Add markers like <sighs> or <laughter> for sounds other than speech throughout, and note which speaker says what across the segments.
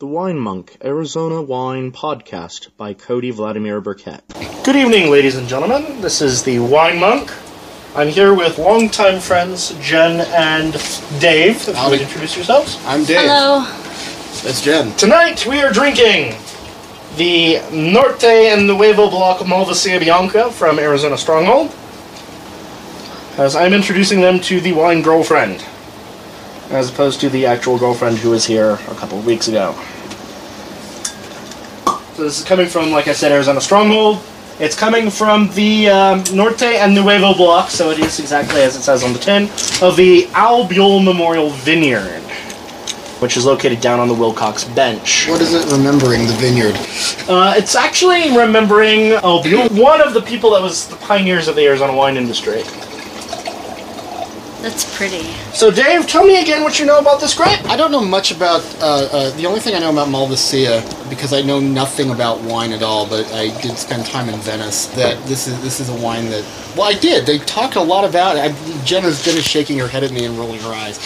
Speaker 1: Drunk Arizona Wine Podcast by Cody Vladimir Burkett.
Speaker 2: Good evening, ladies and gentlemen. This is the Wine Monk. I'm here with longtime friends Jen and Dave. If you
Speaker 3: Howdy.
Speaker 2: would introduce yourselves.
Speaker 3: I'm Dave.
Speaker 4: Hello.
Speaker 3: That's Jen.
Speaker 2: Tonight we are drinking the Norte and Nuevo Block Malvasia Bianca from Arizona Stronghold. As I'm introducing them to the wine girlfriend, as opposed to the actual girlfriend who was here a couple of weeks ago. So this is coming from, like I said, Arizona Stronghold. It's coming from the um, Norte and Nuevo Block, so it is exactly as it says on the tin, of the Albiol Memorial Vineyard, which is located down on the Wilcox Bench.
Speaker 3: What is it remembering the vineyard?
Speaker 2: Uh, it's actually remembering oh, you- one of the people that was the pioneers of the Arizona wine industry.
Speaker 4: That's pretty.
Speaker 2: So, Dave, tell me again what you know about this grape.
Speaker 3: I don't know much about. Uh, uh, the only thing I know about Malvasia, because I know nothing about wine at all, but I did spend time in Venice. That this is this is a wine that. Well, I did. They talked a lot about it. I, Jen is Jen is shaking her head at me and rolling her eyes,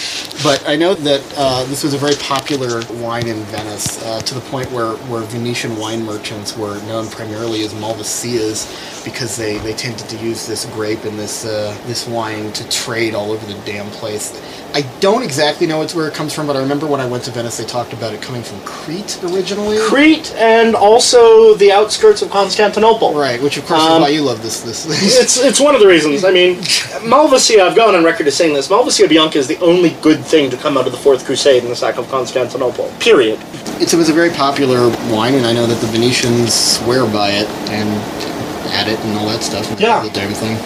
Speaker 3: but I know that uh, this was a very popular wine in Venice uh, to the point where where Venetian wine merchants were known primarily as Malvasias because they, they tended to use this grape and this uh, this wine to trade all over the damn place. I don't exactly know it's where it comes from, but I remember when I went to Venice, they talked about it coming from Crete originally.
Speaker 2: Crete and also the outskirts of Constantinople.
Speaker 3: Right, which of course
Speaker 2: Um,
Speaker 3: is why you love this this <laughs> list.
Speaker 2: It's it's one of the reasons. I mean, Malvasia. I've gone on record as saying this. Malvasia Bianca is the only good thing to come out of the Fourth Crusade and the sack of Constantinople. Period.
Speaker 3: It's, it was a very popular wine, and I know that the Venetians swear by it and at it and all that stuff. and
Speaker 2: Yeah.
Speaker 3: the damn thing.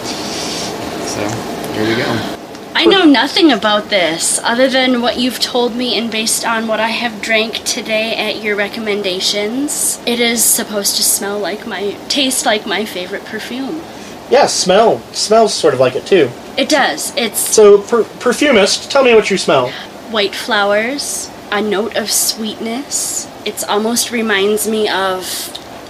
Speaker 3: So here we go.
Speaker 4: I know nothing about this other than what you've told me and based on what I have drank today at your recommendations. It is supposed to smell like my taste like my favorite perfume.
Speaker 2: Yeah, smell smells sort of like it too.
Speaker 4: It does. It's
Speaker 2: So, per- perfumist, tell me what you smell.
Speaker 4: white flowers, a note of sweetness. It's almost reminds me of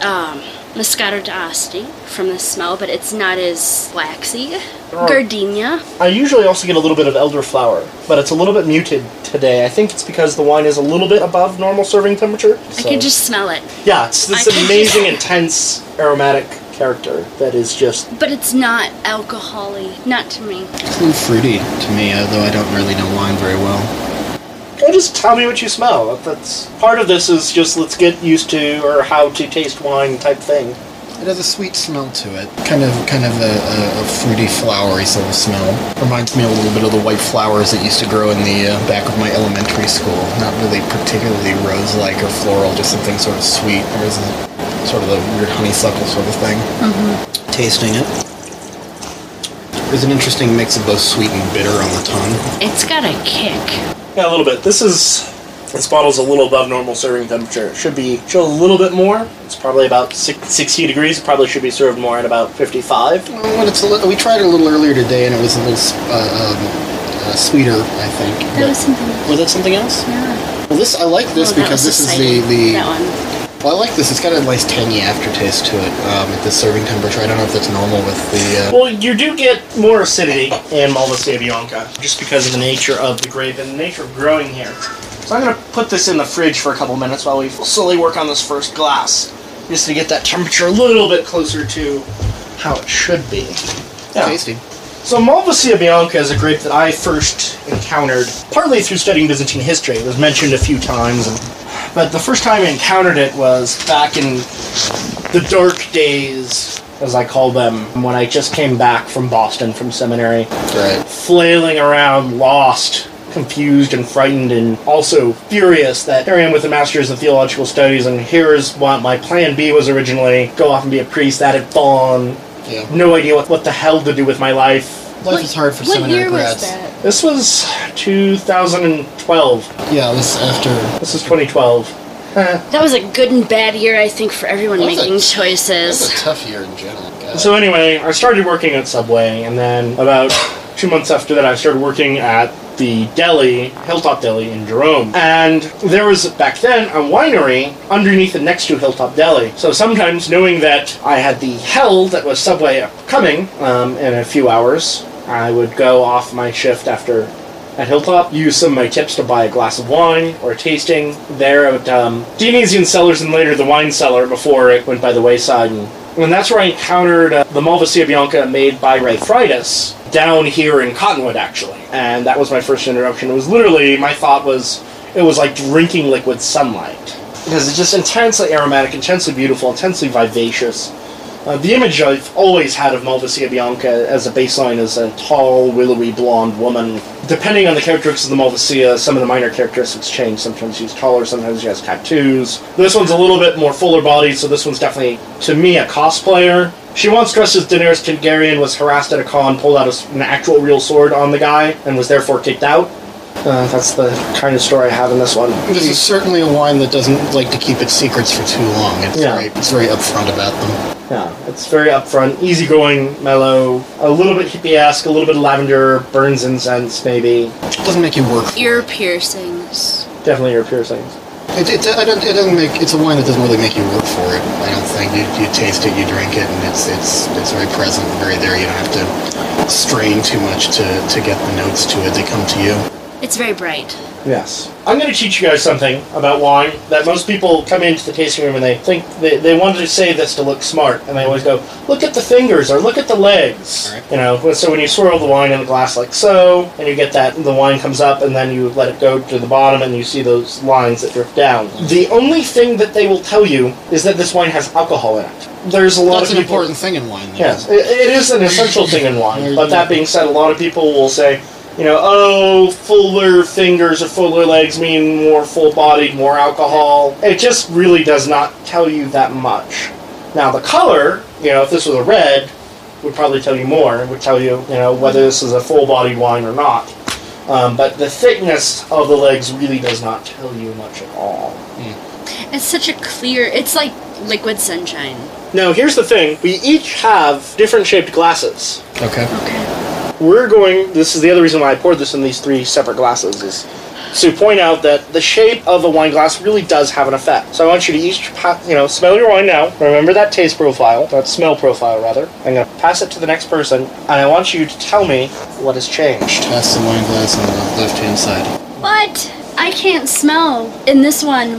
Speaker 4: um Moscato d'Asti from the smell, but it's not as waxy. Gardenia.
Speaker 2: I usually also get a little bit of elderflower, but it's a little bit muted today. I think it's because the wine is a little bit above normal serving temperature.
Speaker 4: I can just smell it.
Speaker 2: yeah, it's this
Speaker 4: I can-
Speaker 2: amazing, intense aromatic character that is just
Speaker 4: But it's not alcoholic, not to me.
Speaker 3: It's a little fruity to me, although I don't really know wine very well.
Speaker 2: Well, just tell me what you smell. That's part of this is just let's get used to or how to taste wine type thing.
Speaker 3: It has a sweet smell to it, kind of kind of a, a, a fruity, flowery sort of smell. Reminds me a little bit of the white flowers that used to grow in the uh, back of my elementary school. Not really particularly rose-like or floral, just something sort of sweet. There was a sort of a weird honeysuckle sort of thing. Tasting it. There's an interesting mix of both sweet and bitter on the tongue.
Speaker 4: It's got a kick.
Speaker 2: Yeah, a little bit. This is this bottle's a little above normal serving temperature. It should be should a little bit more. It's probably about six, 60 degrees. It probably should be served more at about 55.
Speaker 3: Well, when it's a li- we tried it a little earlier today, and it was a little s- uh, um, uh, sweeter, I think.
Speaker 4: That was something.
Speaker 3: Was that something else?
Speaker 4: Yeah.
Speaker 3: Well, this I like this
Speaker 4: Oh, that
Speaker 3: because
Speaker 4: was
Speaker 3: this is the
Speaker 4: exciting.
Speaker 3: the.
Speaker 4: That one.
Speaker 3: Well, I like this. It's got a nice tangy aftertaste to it um, at this serving temperature. I don't know if that's normal with the. Uh,
Speaker 2: Well, you do get more acidity in Malvasia Bianca just because of the nature of the grape and the nature of growing here. So I'm going to put this in the fridge for a couple minutes while we slowly work on this first glass, just to get that temperature a little bit closer to how it should be. Yeah.
Speaker 3: Tasty.
Speaker 2: So Malvasia Bianca is a grape that I first encountered partly through studying Byzantine history. It was mentioned a few times, and, but the first time I encountered it was back in the dark days, as I call them, when I just came back from Boston from seminary,
Speaker 3: Right.
Speaker 2: flailing around, lost, confused, and frightened, and also furious that here I am with a master's in theological studies, and here's what my plan B was originally: go off and be a priest. That had fallen.
Speaker 3: Yeah.
Speaker 2: No idea what, what the hell to do with my life.
Speaker 3: Life is hard for
Speaker 4: what
Speaker 3: seminary
Speaker 4: year
Speaker 3: grads.
Speaker 4: was that?
Speaker 2: This was 2012.
Speaker 3: Yeah, this after.
Speaker 2: This is 2012.
Speaker 4: That was a good and bad year, I think, for everyone
Speaker 3: That was a-
Speaker 4: making
Speaker 3: It's
Speaker 4: choices.
Speaker 3: a tough year in general. God.
Speaker 2: So anyway, I started working at Subway, and then about two months after that, I started working at the deli, Hilltop Deli in Jerome. And there was back then a winery underneath and next to Hilltop Deli. So sometimes, knowing that I had the hell that was Subway coming um, in a few hours, I would go off my shift after at Hilltop. Use some of my tips to buy a glass of wine or a tasting there at um, Dionysian Cellars and later the wine cellar before it went by the wayside. And, and that's where I encountered uh, the Malvasia Bianca made by Ray Fridus down here in Cottonwood, actually. And that was my first introduction. It was literally, my thought was, it was like drinking liquid sunlight. Because it's just intensely aromatic, intensely beautiful, intensely vivacious. Uh, the image I've always had of Malvasia Bianca as a baseline is a tall, willowy, blonde woman. Depending on the characteristics of the Malvasia, some of the minor characteristics change. Sometimes she's taller, sometimes she has tattoos. This one's a little bit more fuller bodied, so this one's definitely, to me, a cosplayer. She once dressed as Daenerys Targaryen, was harassed at a con, pulled out a s an actual real sword on the guy, and was therefore kicked out. Uh, that's the kind of story I have in this one.
Speaker 3: This is certainly a wine that doesn't like to keep its secrets for too long. It's
Speaker 2: Yeah.
Speaker 3: very, it's very upfront about them.
Speaker 2: Yeah, it's very upfront, easygoing, mellow, a little bit hippie-esque, a little bit of lavender, burns incense maybe.
Speaker 3: It doesn't make you work. for
Speaker 4: Ear piercings.
Speaker 2: Definitely your piercings.
Speaker 3: It, it, I don't, it doesn't make. It's a wine that doesn't really make you work for it. I don't think you, you taste it, you drink it, and it's it's it's very present, very there. You don't have to strain too much to to get the notes to it. They come to you.
Speaker 4: It's very bright.
Speaker 2: Yes. I'm going to teach you guys something about wine that most people come into the tasting room and they think they, they wanted to say this to look smart, and they always go, look at the fingers or look at the legs.
Speaker 3: Alright.
Speaker 2: You know, so when you swirl the wine in the glass like so, and you get that, the wine comes up, and then you let it go to the bottom, and you see those lines that drift down. The only thing that they will tell you is that this wine has alcohol in it. There's a lot
Speaker 3: That's
Speaker 2: of
Speaker 3: an
Speaker 2: people.
Speaker 3: important thing in wine. Though.
Speaker 2: Yes, it, it is an essential thing in wine. But that being said, a lot of people will say, you know, oh, fuller fingers or fuller legs mean more full bodied, more alcohol. It just really does not tell you that much. Now, the color, you know, if this was a red, would probably tell you more. It would tell you, you know, whether this is a full bodied wine or not. Um, but the thickness of the legs really does not tell you much at all.
Speaker 4: It's such a clear. It's like liquid sunshine.
Speaker 2: Now, here's the thing we each have different shaped glasses.
Speaker 3: Okay.
Speaker 4: Okay.
Speaker 2: we're going this is the other reason why i poured this in these three separate glasses is to point out that the shape of a wine glass really does have an effect so i want you to each pa- you know smell your wine now remember that taste profile that smell profile rather i'm going to pass it to the next person and i want you to tell me what has changed
Speaker 3: Pass the wine glass on the left hand side.
Speaker 4: What? I can't smell in this one.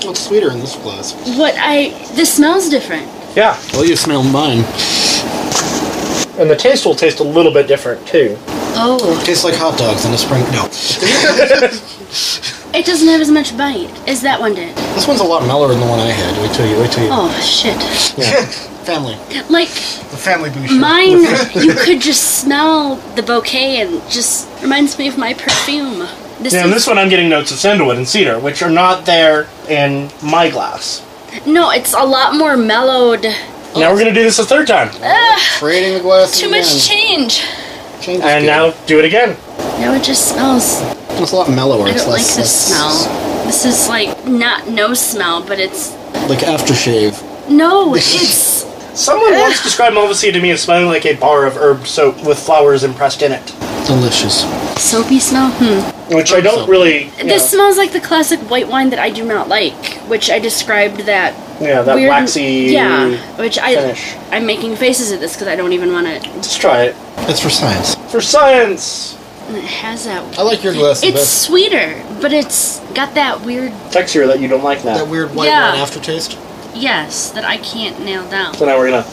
Speaker 3: Well, it's sweeter in this glass.
Speaker 4: What I the smells different.
Speaker 2: yeah
Speaker 3: Well, you smell mine.
Speaker 2: and the taste will taste a little bit different too
Speaker 4: Oh,
Speaker 3: Tastes like hot dogs in the spring. No,
Speaker 4: it doesn't have as much bite as that one did.
Speaker 3: this one's a lot mellower than the one I had. Wait till you. Wait till you.
Speaker 4: Oh shit!
Speaker 3: Family.
Speaker 4: Like
Speaker 3: The family
Speaker 2: <laughs>
Speaker 3: boucher.
Speaker 4: mine, you could just smell the bouquet and just reminds me of my perfume. This
Speaker 2: yeah
Speaker 4: is,
Speaker 2: and this one i'm getting notes of sandalwood and cedar which are not there in my glass
Speaker 4: no, it's a lot more mellowed.
Speaker 2: now we're going to do this a third time
Speaker 3: Creating the glass.
Speaker 4: Too
Speaker 3: again.
Speaker 4: much change.
Speaker 3: Change is
Speaker 2: and
Speaker 3: good.
Speaker 2: now do it again
Speaker 4: Now it just smells.
Speaker 3: It's a lot mellower.
Speaker 4: I
Speaker 3: It's
Speaker 4: don't like
Speaker 3: less,
Speaker 4: the smell. This is like not no smell, but it's
Speaker 3: smell. Like aftershave.
Speaker 2: <laughs>
Speaker 4: no. It's
Speaker 2: Someone once described Malvasia to me as smelling like a bar of herb soap with flowers impressed in it,
Speaker 3: Delicious.
Speaker 4: soapy smell. Hmm.
Speaker 2: which I don't
Speaker 3: soap.
Speaker 2: really. you know,
Speaker 4: This smells like the classic white wine that I do not like, which I described that
Speaker 2: yeah, that
Speaker 4: weird,
Speaker 2: waxy.
Speaker 4: yeah, which I
Speaker 2: finish.
Speaker 4: I'm making faces at this because I don't even want it.
Speaker 2: Let's try it
Speaker 3: That's for science.
Speaker 2: for science.
Speaker 4: It has that.
Speaker 3: I like your glass the
Speaker 4: It's
Speaker 3: best.
Speaker 4: sweeter, but it's got that weird
Speaker 2: Texture that you don't like now.
Speaker 3: That weird white
Speaker 4: Yeah.
Speaker 3: wine aftertaste.
Speaker 4: yes that I can't nail down.
Speaker 2: So now we're gonna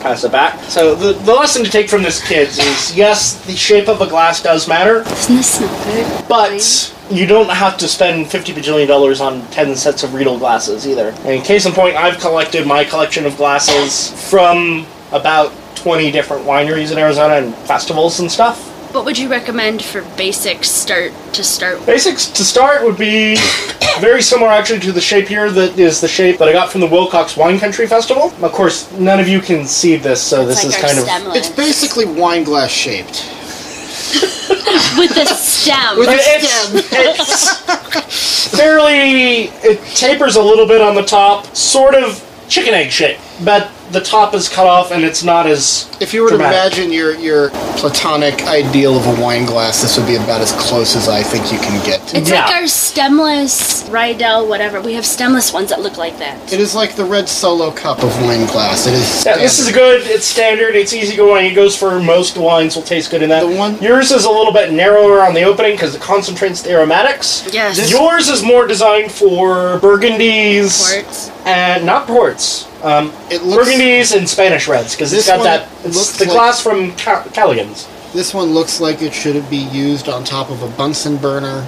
Speaker 2: pass it back. So the, the lesson to take from this, kids, is yes, the shape of a glass does matter,
Speaker 4: Doesn't this smell good?
Speaker 2: but you don't have to spend 50 bajillion dollars on 10 sets of Riedel glasses either. And case in point, I've collected my collection of glasses from about 20 different wineries in Arizona and festivals and stuff.
Speaker 4: What would you recommend for basic start to start? with?
Speaker 2: Basics to start would be <coughs> very similar actually to the shape here that is the shape that I got from the Wilcox Wine Country Festival. Of course, none of you can see this, so this is
Speaker 4: like our
Speaker 2: kind of
Speaker 4: stemless.
Speaker 3: It's basically wine glass shaped.
Speaker 4: with the stem.
Speaker 3: With
Speaker 2: But
Speaker 3: the
Speaker 2: it's, it's fairly. It tapers a little bit on the top, sort of chicken egg shape. But the top is cut off and it's not as
Speaker 3: If you were
Speaker 2: dramatic.
Speaker 3: to imagine your your platonic ideal of a wine glass, this would be about as close as I think you can get.
Speaker 4: It's
Speaker 2: Yeah.
Speaker 4: like our stemless Rydell, whatever. We have stemless ones that look like that.
Speaker 3: It is like the red solo cup of wine glass. It is.
Speaker 2: Yeah, this is
Speaker 3: standard.
Speaker 2: good. It's standard. It's easygoing. It goes for most wines. Will taste good in that.
Speaker 3: The one-
Speaker 2: Yours is a little bit narrower on the opening because it concentrates the aromatics.
Speaker 4: Yes. This-
Speaker 2: Yours is more designed for burgundies
Speaker 4: Ports.
Speaker 2: and not ports. Um,
Speaker 3: It looks-
Speaker 2: burgundies and Spanish reds because
Speaker 3: This
Speaker 2: it's got
Speaker 3: one
Speaker 2: that. It's
Speaker 3: looks
Speaker 2: the
Speaker 3: like-
Speaker 2: glass from Ca- Callaghan's.
Speaker 3: This one looks like it should be used on top of a Bunsen burner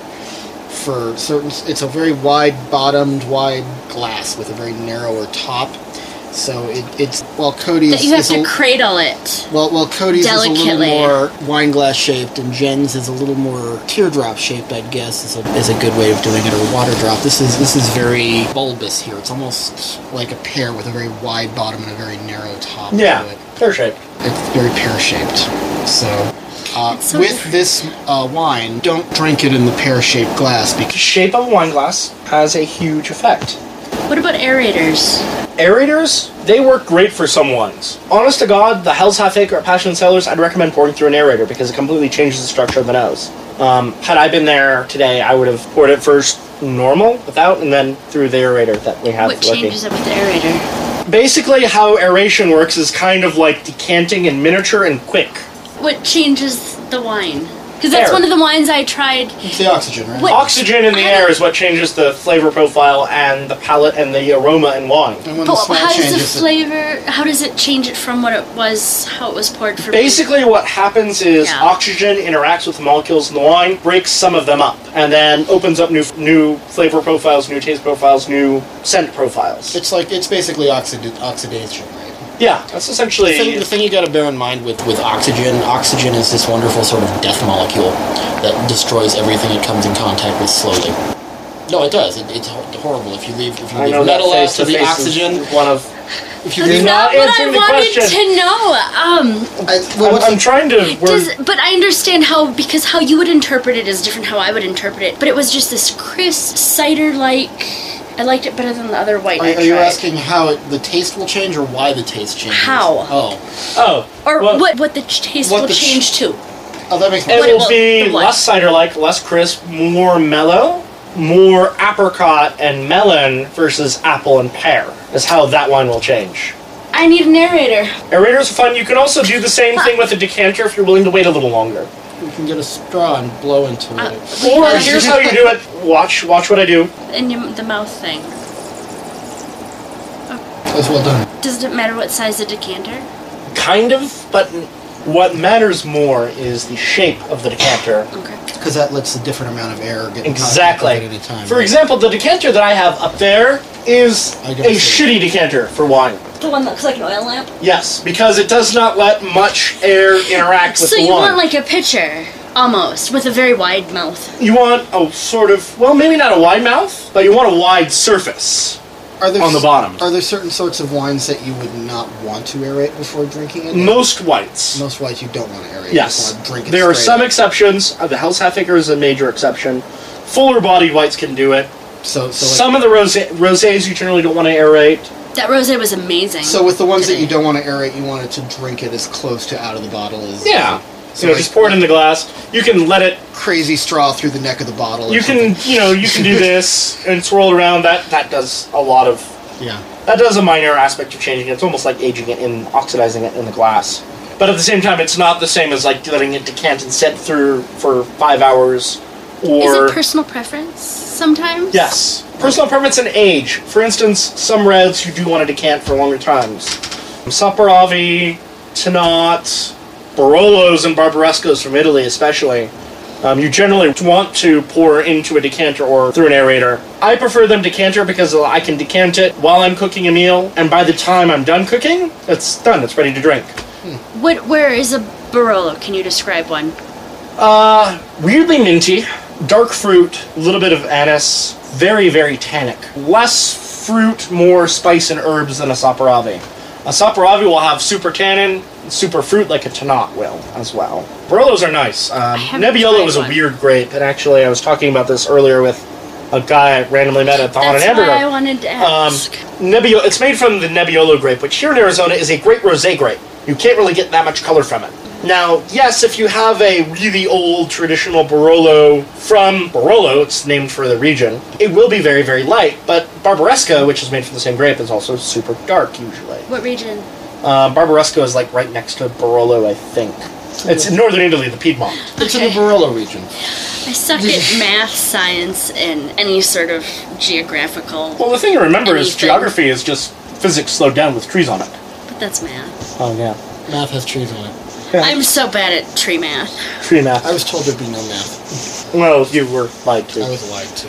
Speaker 3: for certain. It's a very wide bottomed, wide glass with a very narrower top. So it, it's while Cody's
Speaker 4: That you have
Speaker 3: is a-
Speaker 4: to cradle it.
Speaker 3: Well, well, Cody's is a
Speaker 4: Delicately.
Speaker 3: little more wine glass shaped, and Jen's is a little more teardrop shaped. I guess is a, is a good way of doing it, or water drop. This is this is very bulbous here. It's almost like a pear with a very wide bottom and a very narrow top.
Speaker 2: Yeah.
Speaker 3: To it.
Speaker 2: Pear shaped.
Speaker 3: It's very pear shaped. So. Uh,
Speaker 4: It's so
Speaker 3: with
Speaker 4: different.
Speaker 3: this uh, wine, don't drink it in the pear-shaped glass because
Speaker 2: Shape of a wine glass has a huge effect.
Speaker 4: What about aerators?
Speaker 2: aerators they work great for some wines honest to god the hell's half acre at passion cellars i'd recommend pouring through an aerator because it completely changes the structure of the nose um, had i been there today i would have poured it first normal without and then through the aerator that we have
Speaker 4: What
Speaker 2: working
Speaker 4: changes it with the aerator?
Speaker 2: basically how aeration works is kind of like decanting in miniature and quick
Speaker 4: What changes the wine? Because that's
Speaker 2: Air.
Speaker 4: one of the wines I tried.
Speaker 3: it's the oxygen, right?
Speaker 4: Wait.
Speaker 2: oxygen in the
Speaker 4: I
Speaker 2: air
Speaker 4: don't-
Speaker 2: is what changes the flavor profile and the palate and the aroma in wine
Speaker 3: And when the
Speaker 4: But
Speaker 3: smell
Speaker 4: how does the
Speaker 3: changes, it-
Speaker 4: flavor? How does it change it from what it was? How it was poured for?
Speaker 2: Basically, what happens is
Speaker 4: Yeah.
Speaker 2: oxygen interacts with the molecules in the wine, breaks some of them up, and then opens up new new flavor profiles, new taste profiles, new scent profiles.
Speaker 3: it's like it's basically oxid- oxidation, right?
Speaker 2: yeah, that's essentially.
Speaker 3: The thing, the thing you got to bear in mind with, with oxygen, oxygen is this wonderful sort of death molecule that destroys everything it comes in contact with slowly. No, it does. It, it's hor- horrible if you leave if you
Speaker 2: I
Speaker 3: leave
Speaker 2: know that
Speaker 3: metal out
Speaker 2: face.
Speaker 3: to the
Speaker 2: face is
Speaker 3: oxygen.
Speaker 2: One of.
Speaker 3: If you
Speaker 4: That's
Speaker 3: leave,
Speaker 2: not
Speaker 4: not what I
Speaker 2: answering the
Speaker 4: wanted
Speaker 2: question.
Speaker 4: to know. Um,
Speaker 3: I, well,
Speaker 2: I'm,
Speaker 3: what's
Speaker 2: I'm trying to. We're,
Speaker 4: Does, but I understand how because how you would interpret it is different how I would interpret it. But it was just this crisp cider like. I liked it better than the other white.
Speaker 3: are,
Speaker 4: I
Speaker 3: are you
Speaker 4: tried.
Speaker 3: asking how it, the taste will change or why the taste changes?
Speaker 4: How?
Speaker 3: Oh,
Speaker 2: oh,
Speaker 4: Or
Speaker 2: well,
Speaker 4: what? What the ch- taste
Speaker 3: what
Speaker 4: will
Speaker 3: the ch-
Speaker 4: change to?
Speaker 3: oh, that makes
Speaker 2: It
Speaker 3: more
Speaker 4: what
Speaker 2: will
Speaker 3: sense.
Speaker 4: it will-
Speaker 2: be
Speaker 4: the what?
Speaker 2: less cider-like, less crisp, more mellow, more apricot and melon versus apple and pear. Is how that wine will change.
Speaker 4: I need a narrator.
Speaker 2: Aerators are fun. You can also do the same thing with a decanter if you're willing to wait a little longer.
Speaker 3: You can get a straw and blow into
Speaker 4: Uh,
Speaker 3: it.
Speaker 2: Or here's how you do it. Watch, watch what I do.
Speaker 4: In your, the mouth thing.
Speaker 3: That's well done.
Speaker 4: Does it matter what size the decanter?
Speaker 2: Kind of, but what matters more is the shape of the decanter.
Speaker 4: Okay.
Speaker 3: Because that lets a different amount of air get in contact
Speaker 2: Exactly.
Speaker 3: with it at a time.
Speaker 2: For
Speaker 3: right?
Speaker 2: example, the decanter that I have up there is
Speaker 3: I don't
Speaker 2: a
Speaker 3: see
Speaker 2: shitty decanter for wine.
Speaker 4: The one that looks like an oil lamp.
Speaker 2: Yes, because it does not let much air interact with
Speaker 4: so
Speaker 2: the
Speaker 4: you
Speaker 2: wine.
Speaker 4: want like a pitcher, almost, with a very wide mouth.
Speaker 2: you want a sort of well, maybe not a wide mouth, but you want a wide surface.
Speaker 3: Are there
Speaker 2: on the bottom.
Speaker 3: Are there certain sorts of wines that you would not want to aerate before drinking it?
Speaker 2: Most whites.
Speaker 3: Most whites you don't want to
Speaker 2: Yes.
Speaker 3: aerate. You just want to drink it
Speaker 2: there are
Speaker 3: straight.
Speaker 2: some exceptions. Uh, The Hell's Half Acre is a major exception. Fuller bodied whites can do it.
Speaker 3: So, so, like-
Speaker 2: Some of the rose- rosés you generally don't want to aerate.
Speaker 4: That rosé was amazing.
Speaker 3: so with the ones that
Speaker 4: today.
Speaker 3: you don't want to aerate, you wanted to drink it as close to out of the bottle as
Speaker 2: So you know, just pour it in the glass. You can let it.
Speaker 3: crazy straw through the neck of the bottle. or
Speaker 2: You can,
Speaker 3: something.
Speaker 2: you know, you
Speaker 3: <laughs>
Speaker 2: can do this and swirl it around. That that does a lot of.
Speaker 3: yeah.
Speaker 2: That does a minor aspect of changing it. It's almost like aging it and oxidizing it in the glass. But at the same time, it's not the same as like letting it decant and sit through for five hours.
Speaker 4: Is
Speaker 2: Or
Speaker 4: it personal preference sometimes?
Speaker 2: Yes. Personal preference and age. For instance, some reds you do want to decant for longer times. Saporovi, Tanat, Barolos, and Barbarescos from Italy, especially. Um, you generally want to pour into a decanter or through an aerator. I prefer them decanter because I can decant it while I'm cooking a meal, and by the time I'm done cooking, it's done. It's ready to drink.
Speaker 4: What? Where is a Barolo? Can you describe one?
Speaker 2: weirdly minty, dark fruit, a little bit of anise, very, very tannic. Less fruit, more spice and herbs than a saparavi. A saparavi will have super tannin, super fruit like a tanat will as well. Barolos are nice. Um,
Speaker 4: haven't
Speaker 2: Nebbiolo
Speaker 4: tried
Speaker 2: is a
Speaker 4: one.
Speaker 2: weird grape, and actually I was talking about this earlier with a guy I randomly met at the Haunted
Speaker 4: That's
Speaker 2: Amber.
Speaker 4: why I
Speaker 2: Road.
Speaker 4: wanted to
Speaker 2: Um,
Speaker 4: ask.
Speaker 2: Nebbiolo, it's made from the Nebbiolo grape, which here in Arizona is a great rosé grape. You can't really get that much color from it. Now, yes, if you have a really old traditional Barolo from Barolo, it's named for the region, it will be very, very light. But Barbaresco, which is made from the same grape, is also super dark usually.
Speaker 4: what region?
Speaker 2: Uh, Barbaresco is like right next to Barolo, I think. It's in northern Italy, the Piedmont.
Speaker 3: It's in
Speaker 4: Okay.
Speaker 3: the Barolo region.
Speaker 4: I suck
Speaker 3: <laughs>
Speaker 4: at math, science, and any sort of geographical.
Speaker 2: Well, the thing to remember is
Speaker 4: Anything.
Speaker 2: geography is just physics slowed down with trees on it.
Speaker 4: But that's math.
Speaker 2: Oh, yeah.
Speaker 3: Math has trees on it.
Speaker 4: I'm so bad at tree math.
Speaker 2: Tree math.
Speaker 3: I was told there'd be no math.
Speaker 2: well, you were lied to.
Speaker 3: I was lied to.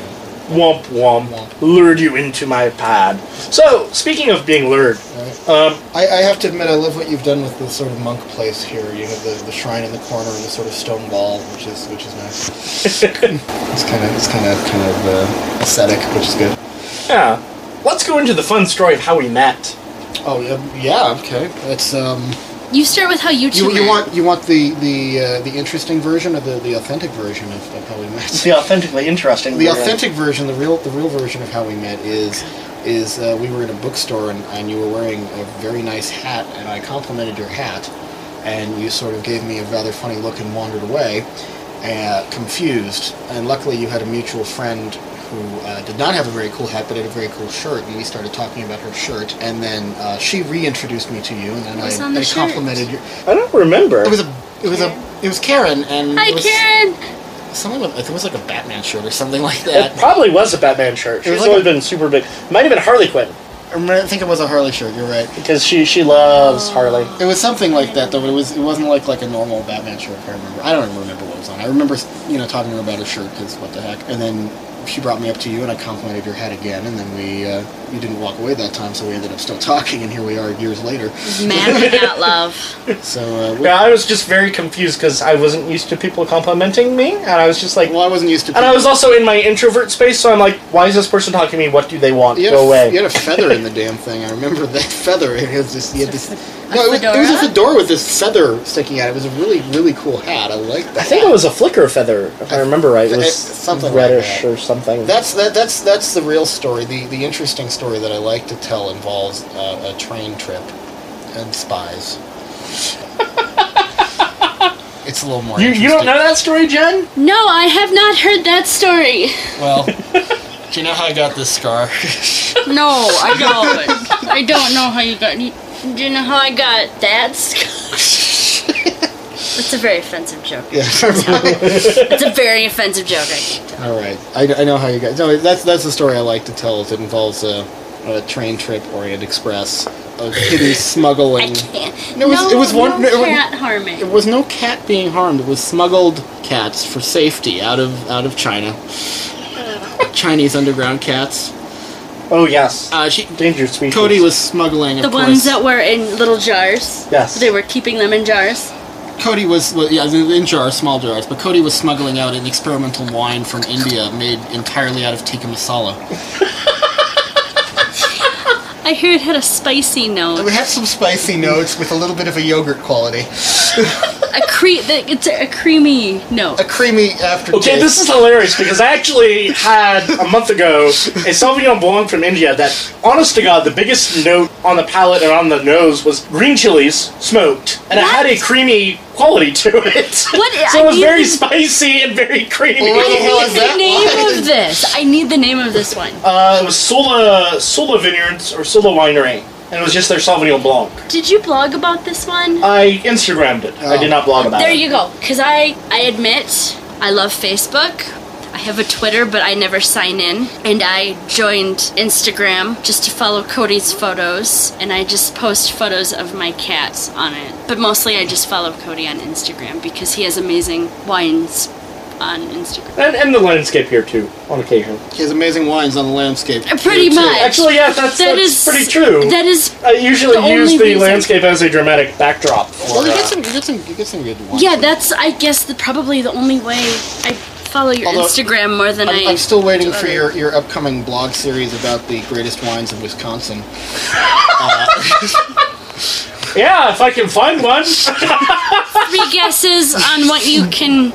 Speaker 2: Womp womp.
Speaker 3: Womp.
Speaker 2: Lured you into my pad. So, speaking of being lured,
Speaker 3: Right?
Speaker 2: um,
Speaker 3: I, I have to admit, I love what you've done with the sort of monk place here. You have the, the shrine in the corner and the sort of stone wall, which is which is nice. <laughs> it's kind of it's kind of kind of uh, ascetic, which is good.
Speaker 2: yeah. Let's go into the fun story of how we met.
Speaker 3: Oh yeah, yeah okay. That's um.
Speaker 4: You start with how you two
Speaker 3: You, you
Speaker 4: met.
Speaker 3: want you want the the uh, the interesting version or the, the authentic version of, of how we met?
Speaker 2: The authentically interesting.
Speaker 3: The authentic version, the real the real version of how we met is is uh, we were in a bookstore and, and you were wearing a very nice hat and I complimented your hat and you sort of gave me a rather funny look and wandered away, uh, confused. And luckily you had a mutual friend who uh, did not have a very cool hat but had a very cool shirt and we started talking about her shirt and then uh, she reintroduced me to you and then
Speaker 4: What was
Speaker 3: I,
Speaker 4: on the
Speaker 3: I
Speaker 4: shirt?
Speaker 3: complimented your.
Speaker 2: I don't remember.
Speaker 3: It was a it was a it was Karen and
Speaker 4: Hi,
Speaker 3: it was
Speaker 4: Karen.
Speaker 3: someone with I think it was like a Batman shirt or something like
Speaker 2: it <laughs>
Speaker 3: that.
Speaker 2: probably was a Batman shirt.
Speaker 3: It
Speaker 2: She's
Speaker 3: was like
Speaker 2: always
Speaker 3: a-
Speaker 2: been super big. Might have been Harley Quinn
Speaker 3: I remember- I think it was a Harley shirt. You're right.
Speaker 2: because she she loves Harley.
Speaker 3: It was something like that, though. But it was it wasn't like like a normal Batman shirt. If I remember. I don't even remember what was on. I remember you know talking to her about her shirt because what the heck. And then she brought me up to you, and I complimented your hat again. And then we uh, you didn't walk away that time, so we ended up still <laughs> talking, and here we are years later. <laughs>
Speaker 4: Math without love.
Speaker 3: So uh, we,
Speaker 2: Yeah, I was just very confused because I wasn't used to people complimenting me, and I was just like,
Speaker 3: well, I wasn't used to.
Speaker 2: and I
Speaker 3: people-
Speaker 2: was also in my introvert space, so I'm like, why is this person talking to me? What do they want?
Speaker 3: You had,
Speaker 2: Go
Speaker 3: a,
Speaker 2: away.
Speaker 3: you had a feather in the damn thing. I remember <laughs> that feather. It was just you had this. No, it was, it was a
Speaker 4: fedora?
Speaker 3: fedora with this feather sticking out. It was a really really cool hat. I liked that.
Speaker 2: I think it was a flicker feather, if I remember right. It
Speaker 3: It-
Speaker 2: was
Speaker 3: something like
Speaker 2: reddish
Speaker 3: that.
Speaker 2: or something.
Speaker 3: That's that, that's that's the real story. The the interesting story that I like to tell involves uh, a train trip and spies. it's a little more.
Speaker 2: you, you don't know that story, Jen?
Speaker 4: No, I have not heard that story.
Speaker 3: interesting. Well, do you know how I got this scar?
Speaker 4: No, I don't. I don't know how you got. Do you know how I got that? sc- That's a very offensive joke.
Speaker 3: yeah.
Speaker 4: It's a very offensive joke. I can't
Speaker 3: <laughs>
Speaker 4: tell.
Speaker 3: All right. I, I know how you got. No, that's that's the story I like to tell. Is it involves a, a train trip, Orient Express, a kitty
Speaker 4: I
Speaker 3: smuggling.
Speaker 4: can't.
Speaker 3: No, it was- it was one-
Speaker 4: No
Speaker 3: it was-
Speaker 4: cat harming.
Speaker 3: It was no cat being harmed. It was smuggled cats for safety out of out of China. Chinese underground cats.
Speaker 2: Oh, yes.
Speaker 3: Uh, she,
Speaker 2: Danger species.
Speaker 3: Cody was smuggling. Of
Speaker 4: The
Speaker 3: course.
Speaker 4: ones that were in little jars.
Speaker 2: Yes.
Speaker 4: They were keeping them in jars.
Speaker 3: Cody was well, yeah in jars, small jars, but Cody was smuggling out an experimental wine from India made entirely out of tikka masala.
Speaker 4: I hear it had a spicy note.
Speaker 3: had some spicy notes with a little bit of a yogurt quality,
Speaker 4: A cre- the, it's a, a creamy note.
Speaker 3: a creamy aftertaste.
Speaker 2: Okay, this is hilarious because I actually had a month ago a Sauvignon Blanc from India that, honest to God, the biggest note on the palate and on the nose was green chilies smoked, and it had a creamy quality to it. <laughs>
Speaker 4: What-
Speaker 2: so it was
Speaker 4: I
Speaker 2: very
Speaker 4: mean-
Speaker 2: spicy and very creamy.
Speaker 3: What the hell
Speaker 4: I
Speaker 3: is
Speaker 4: need the
Speaker 3: that
Speaker 4: name
Speaker 3: wine?
Speaker 4: of this. I need the name of this one.
Speaker 2: Uh, it was Sola Sola Vineyards or Sola Winery, and it was just their Sauvignon Blanc.
Speaker 4: Did you blog about this one?
Speaker 2: I Instagrammed it. I did not blog about
Speaker 4: There
Speaker 2: it.
Speaker 4: you go. Because I, I admit, I love Facebook. I have a Twitter, but I never sign in. And I joined Instagram just to follow Cody's photos. And I just post photos of my cats on it. But mostly I just follow Cody on Instagram because he has amazing wines on Instagram.
Speaker 2: and, and the landscape here too, on occasion.
Speaker 3: He has amazing wines on the landscape.
Speaker 4: Uh, Pretty
Speaker 3: Here, too.
Speaker 4: much.
Speaker 2: Actually, yeah, that's,
Speaker 4: That
Speaker 2: that's
Speaker 4: is-
Speaker 2: pretty true.
Speaker 4: That is.
Speaker 2: I usually
Speaker 4: the
Speaker 2: use
Speaker 4: only
Speaker 2: the
Speaker 4: reason-
Speaker 2: landscape as a dramatic backdrop. For,
Speaker 3: Well, you
Speaker 2: uh,
Speaker 3: get some, you get some, you get some good wines.
Speaker 4: Yeah, that's, I guess, the probably the only way I follow your
Speaker 3: Although,
Speaker 4: Instagram more than
Speaker 3: I'm,
Speaker 4: I-
Speaker 3: I'm still waiting for your, your upcoming blog series about the greatest wines of Wisconsin.
Speaker 2: yeah, if I can find one.
Speaker 4: three guesses on what you can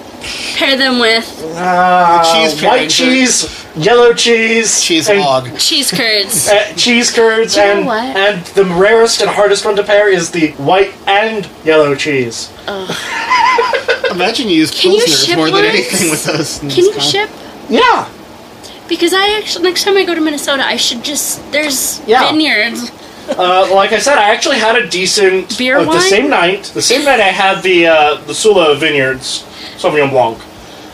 Speaker 4: pair them with.
Speaker 2: Uh,
Speaker 3: cheese
Speaker 2: white
Speaker 3: pairing,
Speaker 2: cheese, yellow cheese,
Speaker 3: Cheese
Speaker 2: and,
Speaker 3: log.
Speaker 4: Cheese curds.
Speaker 2: uh, cheese curds,
Speaker 4: You know
Speaker 2: and
Speaker 4: what?
Speaker 2: and the rarest and hardest one to pair is the white and yellow cheese.
Speaker 3: Imagine you use
Speaker 4: Can you
Speaker 3: pilsners
Speaker 4: ship
Speaker 3: more than
Speaker 4: ones?
Speaker 3: anything with those.
Speaker 4: Can you ship?
Speaker 2: Yeah,
Speaker 4: Because I actually next time I go to Minnesota, I should just there's
Speaker 2: Yeah.
Speaker 4: vineyards.
Speaker 2: uh, like I said, I actually had a decent
Speaker 4: Beer
Speaker 2: uh, The
Speaker 4: wine?
Speaker 2: same night, the same night I had the uh, the Sula Vineyards Sauvignon Blanc.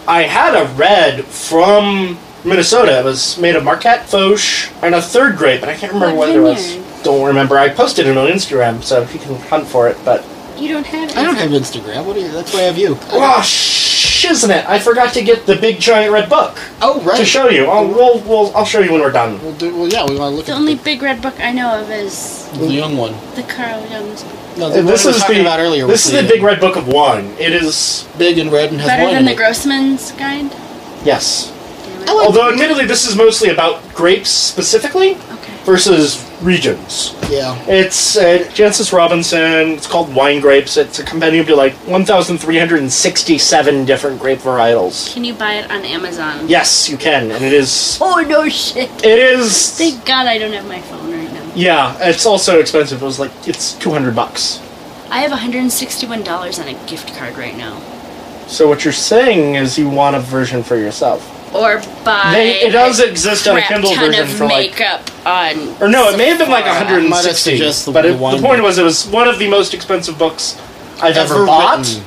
Speaker 2: I had a red from Minnesota. It was made of Marquette, Foch, and a third grape, and I can't remember
Speaker 4: What
Speaker 2: what, there was.
Speaker 4: vineyard?
Speaker 2: Don't remember. I posted it on Instagram, so if you can hunt for it, but
Speaker 4: You don't have it.
Speaker 3: I don't have Instagram. What do you, that's why I have you.
Speaker 2: Oh, shiznit! I forgot to get the big giant red book
Speaker 3: Oh, right.
Speaker 2: to show you. I'll, we'll, we'll, I'll show you when we're done.
Speaker 3: Well, do, well, yeah, we want to look
Speaker 4: the
Speaker 3: at
Speaker 4: only big red book I know of is
Speaker 3: the, the young one.
Speaker 4: the Carl Young's
Speaker 3: No, the one we were talking about earlier.
Speaker 2: This is
Speaker 3: was
Speaker 2: the big red book of wine. It is
Speaker 3: big and red and has
Speaker 4: better
Speaker 3: wine
Speaker 4: than
Speaker 3: in
Speaker 4: the
Speaker 3: it.
Speaker 4: Grossman's guide.
Speaker 2: yes.
Speaker 4: Damn it.
Speaker 3: I like-
Speaker 2: Although admittedly, this is mostly about grapes specifically
Speaker 4: Okay.
Speaker 2: versus regions.
Speaker 3: Yeah.
Speaker 2: It's uh, Jancis Robinson. It's called Wine Grapes. It's a compendium to like 1,367 different grape varietals.
Speaker 4: Can you buy it on Amazon?
Speaker 2: Yes, you can, and it is.
Speaker 4: Oh no shit.
Speaker 2: It is.
Speaker 4: Thank God I don't have my phone right now.
Speaker 2: yeah, it's also expensive. It was like it's 200 bucks.
Speaker 4: I have $161 on a gift card right now.
Speaker 2: So what you're saying is you want a version for yourself.
Speaker 4: Or buy
Speaker 2: They, it does exist on a
Speaker 4: crap
Speaker 2: Kindle
Speaker 4: ton
Speaker 2: version
Speaker 4: of
Speaker 2: for like,
Speaker 4: makeup on
Speaker 2: or no, it may have been like
Speaker 4: Sephora.
Speaker 3: I might have
Speaker 2: 160.
Speaker 3: suggested
Speaker 2: But
Speaker 3: the
Speaker 2: it, the
Speaker 3: one
Speaker 2: point
Speaker 3: that-
Speaker 2: was, it was one of the most expensive books I've ever,
Speaker 3: Ever
Speaker 2: bought.
Speaker 3: written.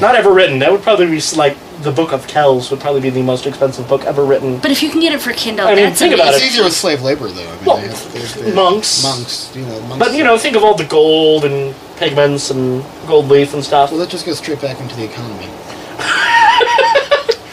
Speaker 2: Not ever written. That would probably be s- like the Book of Kells would probably be the most expensive book ever written.
Speaker 4: But if you can get it for Kindle,
Speaker 2: I mean,
Speaker 4: that's
Speaker 2: think
Speaker 4: amazing.
Speaker 2: about
Speaker 3: It's easier with slave labor, though. I mean,
Speaker 2: Well,
Speaker 3: they have- there's the-
Speaker 2: monks.
Speaker 3: Monks, you know. Monks
Speaker 2: But you know, think of all the gold and pigments and gold leaf and stuff.
Speaker 3: Well, that just goes straight back into the economy.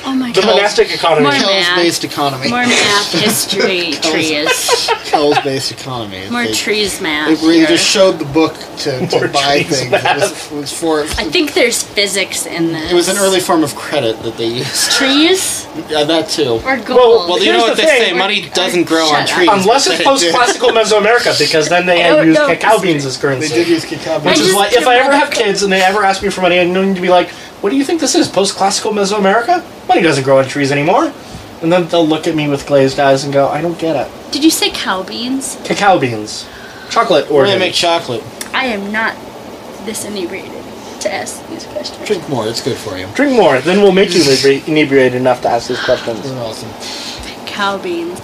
Speaker 4: Oh my
Speaker 2: The
Speaker 4: god.
Speaker 2: monastic economy.
Speaker 4: More- math.
Speaker 3: Kells-based economy. <laughs>
Speaker 4: More math, history, trees.
Speaker 3: Kells-based economy.
Speaker 4: More
Speaker 3: They-
Speaker 4: trees math.
Speaker 3: They really
Speaker 4: here.
Speaker 3: just showed the book to,
Speaker 2: <laughs> More
Speaker 3: to buy
Speaker 2: trees
Speaker 3: things. It was, it was for.
Speaker 4: I think there's physics in this.
Speaker 3: It was an early form of credit that they used.
Speaker 4: trees
Speaker 3: Yeah, that too.
Speaker 4: or gold.
Speaker 2: well,
Speaker 5: Well, you
Speaker 2: Here's
Speaker 5: know
Speaker 2: the
Speaker 5: what they
Speaker 2: thing,
Speaker 5: say:
Speaker 2: we're-
Speaker 5: money doesn't grow
Speaker 4: Shut
Speaker 5: on
Speaker 4: up.
Speaker 5: trees.
Speaker 2: Unless
Speaker 3: <laughs>
Speaker 2: it's
Speaker 5: They do.
Speaker 2: post-classical Mesoamerica, because then they
Speaker 4: I
Speaker 2: had
Speaker 4: don't
Speaker 2: used
Speaker 4: know.
Speaker 2: cacao beans as currency.
Speaker 3: They did use cacao.
Speaker 4: I
Speaker 2: Which is
Speaker 4: just
Speaker 2: why, if I ever have
Speaker 4: remembered-
Speaker 2: kids and they ever ask me for money, I'm going to be like, "What do you think this is? Post-classical Mesoamerica? Money doesn't grow on trees anymore." And then they'll look at me with glazed eyes and go, "I don't get it."
Speaker 4: Did you say cow beans?
Speaker 2: Cacao beans, chocolate
Speaker 3: Where
Speaker 2: or
Speaker 3: they make chocolate.
Speaker 4: I am not this inebriated to ask these questions.
Speaker 3: Drink more. It's good for you.
Speaker 2: Drink more, then we'll make you inebri- inebriated enough to ask these
Speaker 3: <laughs>
Speaker 2: questions.
Speaker 3: They're awesome.
Speaker 4: Cow beans.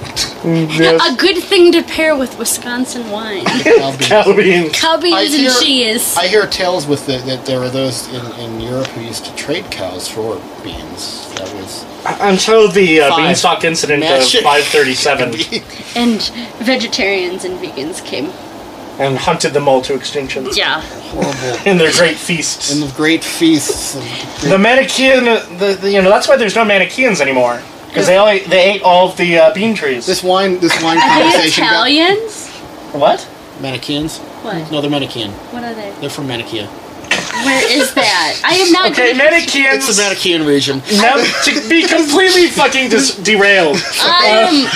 Speaker 2: Yes.
Speaker 4: A good thing to pair with
Speaker 3: <laughs>
Speaker 4: Wisconsin wine.
Speaker 3: Cacao beans.
Speaker 2: <laughs> Cacao beans.
Speaker 4: cow
Speaker 3: I
Speaker 4: beans
Speaker 3: hear-
Speaker 4: and cheese.
Speaker 3: I hear tales with the, that there were those in, in Europe who used to trade cows for beans. That was
Speaker 2: I- I'm told the uh,
Speaker 3: Five.
Speaker 2: beanstalk incident
Speaker 3: Magic.
Speaker 2: of 537
Speaker 4: and vegetarians and vegans came.
Speaker 2: and hunted them all to extinction
Speaker 4: Yeah.
Speaker 3: horrible.
Speaker 2: in their great feasts.
Speaker 3: In the great feasts, of
Speaker 2: The Manichaean, the, the, you know, that's why there's no Manichaeans anymore. Because they only, they ate all of the uh, bean trees.
Speaker 3: this wine, this wine
Speaker 4: Are they
Speaker 3: conversation. got-
Speaker 4: Italians?
Speaker 2: what?
Speaker 3: Manichaeans?
Speaker 4: What?
Speaker 3: No, they're Manichaean.
Speaker 4: What are they?
Speaker 3: They're from Manichaea.
Speaker 4: Where is that? I am not
Speaker 2: Okay,
Speaker 4: good.
Speaker 2: Manichaeans.
Speaker 3: It's the Manichaean region.
Speaker 2: now, to be completely fucking dis-
Speaker 4: <laughs>
Speaker 2: derailed. <laughs>
Speaker 4: I am.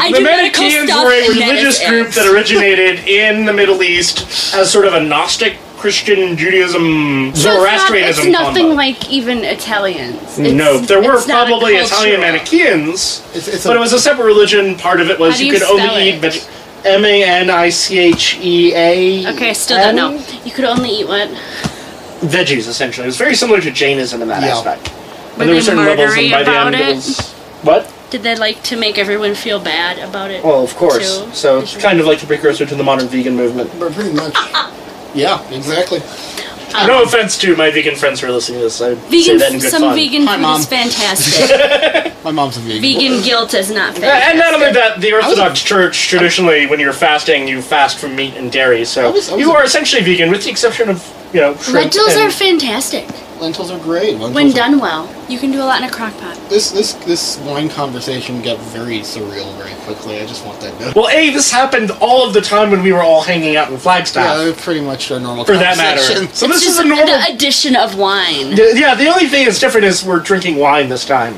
Speaker 4: I
Speaker 2: The
Speaker 4: do medical
Speaker 2: Manichaeans
Speaker 4: stuff
Speaker 2: were a
Speaker 4: and that
Speaker 2: religious
Speaker 4: is
Speaker 2: group
Speaker 4: it.
Speaker 2: that originated in the Middle East as sort of a Gnostic Christian Judaism
Speaker 4: So it's not-
Speaker 2: Zoroastrianism
Speaker 4: It's nothing
Speaker 2: combo.
Speaker 4: like even Italians. It's,
Speaker 2: no, there were
Speaker 4: it's not a
Speaker 2: probably
Speaker 4: culture.
Speaker 2: Italian Manichaeans,
Speaker 3: It's- it's
Speaker 2: but
Speaker 3: a-
Speaker 2: it was a separate religion. Part of it was
Speaker 4: How do
Speaker 2: you
Speaker 4: you
Speaker 2: could only
Speaker 4: spell
Speaker 2: eat
Speaker 4: it?
Speaker 2: veg- M A N I C H E A.
Speaker 4: Okay, I still don't know. You could only eat what?
Speaker 2: Veggies, essentially. It was very similar to Jainism in that
Speaker 3: Yeah.
Speaker 2: aspect.
Speaker 4: Were they martyry about it?
Speaker 2: was. What?
Speaker 4: Did they like to make everyone feel bad about it?
Speaker 2: Well, of course.
Speaker 4: too?
Speaker 2: So it's kind of like the precursor to the modern vegan movement.
Speaker 3: But pretty much. Yeah, exactly. Ah.
Speaker 2: No offense to my vegan friends who are listening to this. I say
Speaker 4: Vegan,
Speaker 2: that in good
Speaker 4: some
Speaker 2: fun.
Speaker 4: vegan
Speaker 3: Hi,
Speaker 4: food
Speaker 3: Mom.
Speaker 2: <laughs>
Speaker 4: is fantastic.
Speaker 3: My mom's a vegan.
Speaker 4: vegan guilt is not
Speaker 2: Uh, And
Speaker 4: fantastic.
Speaker 2: not only that, the
Speaker 3: was a-
Speaker 2: Orthodox Church traditionally, when you're fasting, you fast from meat and dairy. So
Speaker 3: I was- I was
Speaker 2: you
Speaker 3: a-
Speaker 2: are essentially vegan, with the exception of you know shrimp.
Speaker 4: Lentils
Speaker 2: and-
Speaker 4: are fantastic
Speaker 3: Lentils are great. Lentils
Speaker 4: when
Speaker 3: are-
Speaker 4: done well. You can do a lot in a crock pot.
Speaker 3: This this this wine conversation got very surreal very quickly. I just want
Speaker 2: <laughs>
Speaker 3: that done.
Speaker 2: well, a this happened all of the time when we were all hanging out in Flagstaff,
Speaker 3: Yeah, they're pretty much a normal
Speaker 2: for that matter.
Speaker 3: conversation. <laughs>
Speaker 2: So this
Speaker 4: Just uh,
Speaker 2: is a normal.
Speaker 4: the addition of wine,
Speaker 2: D- Yeah, the only thing that's different is we're drinking wine this time.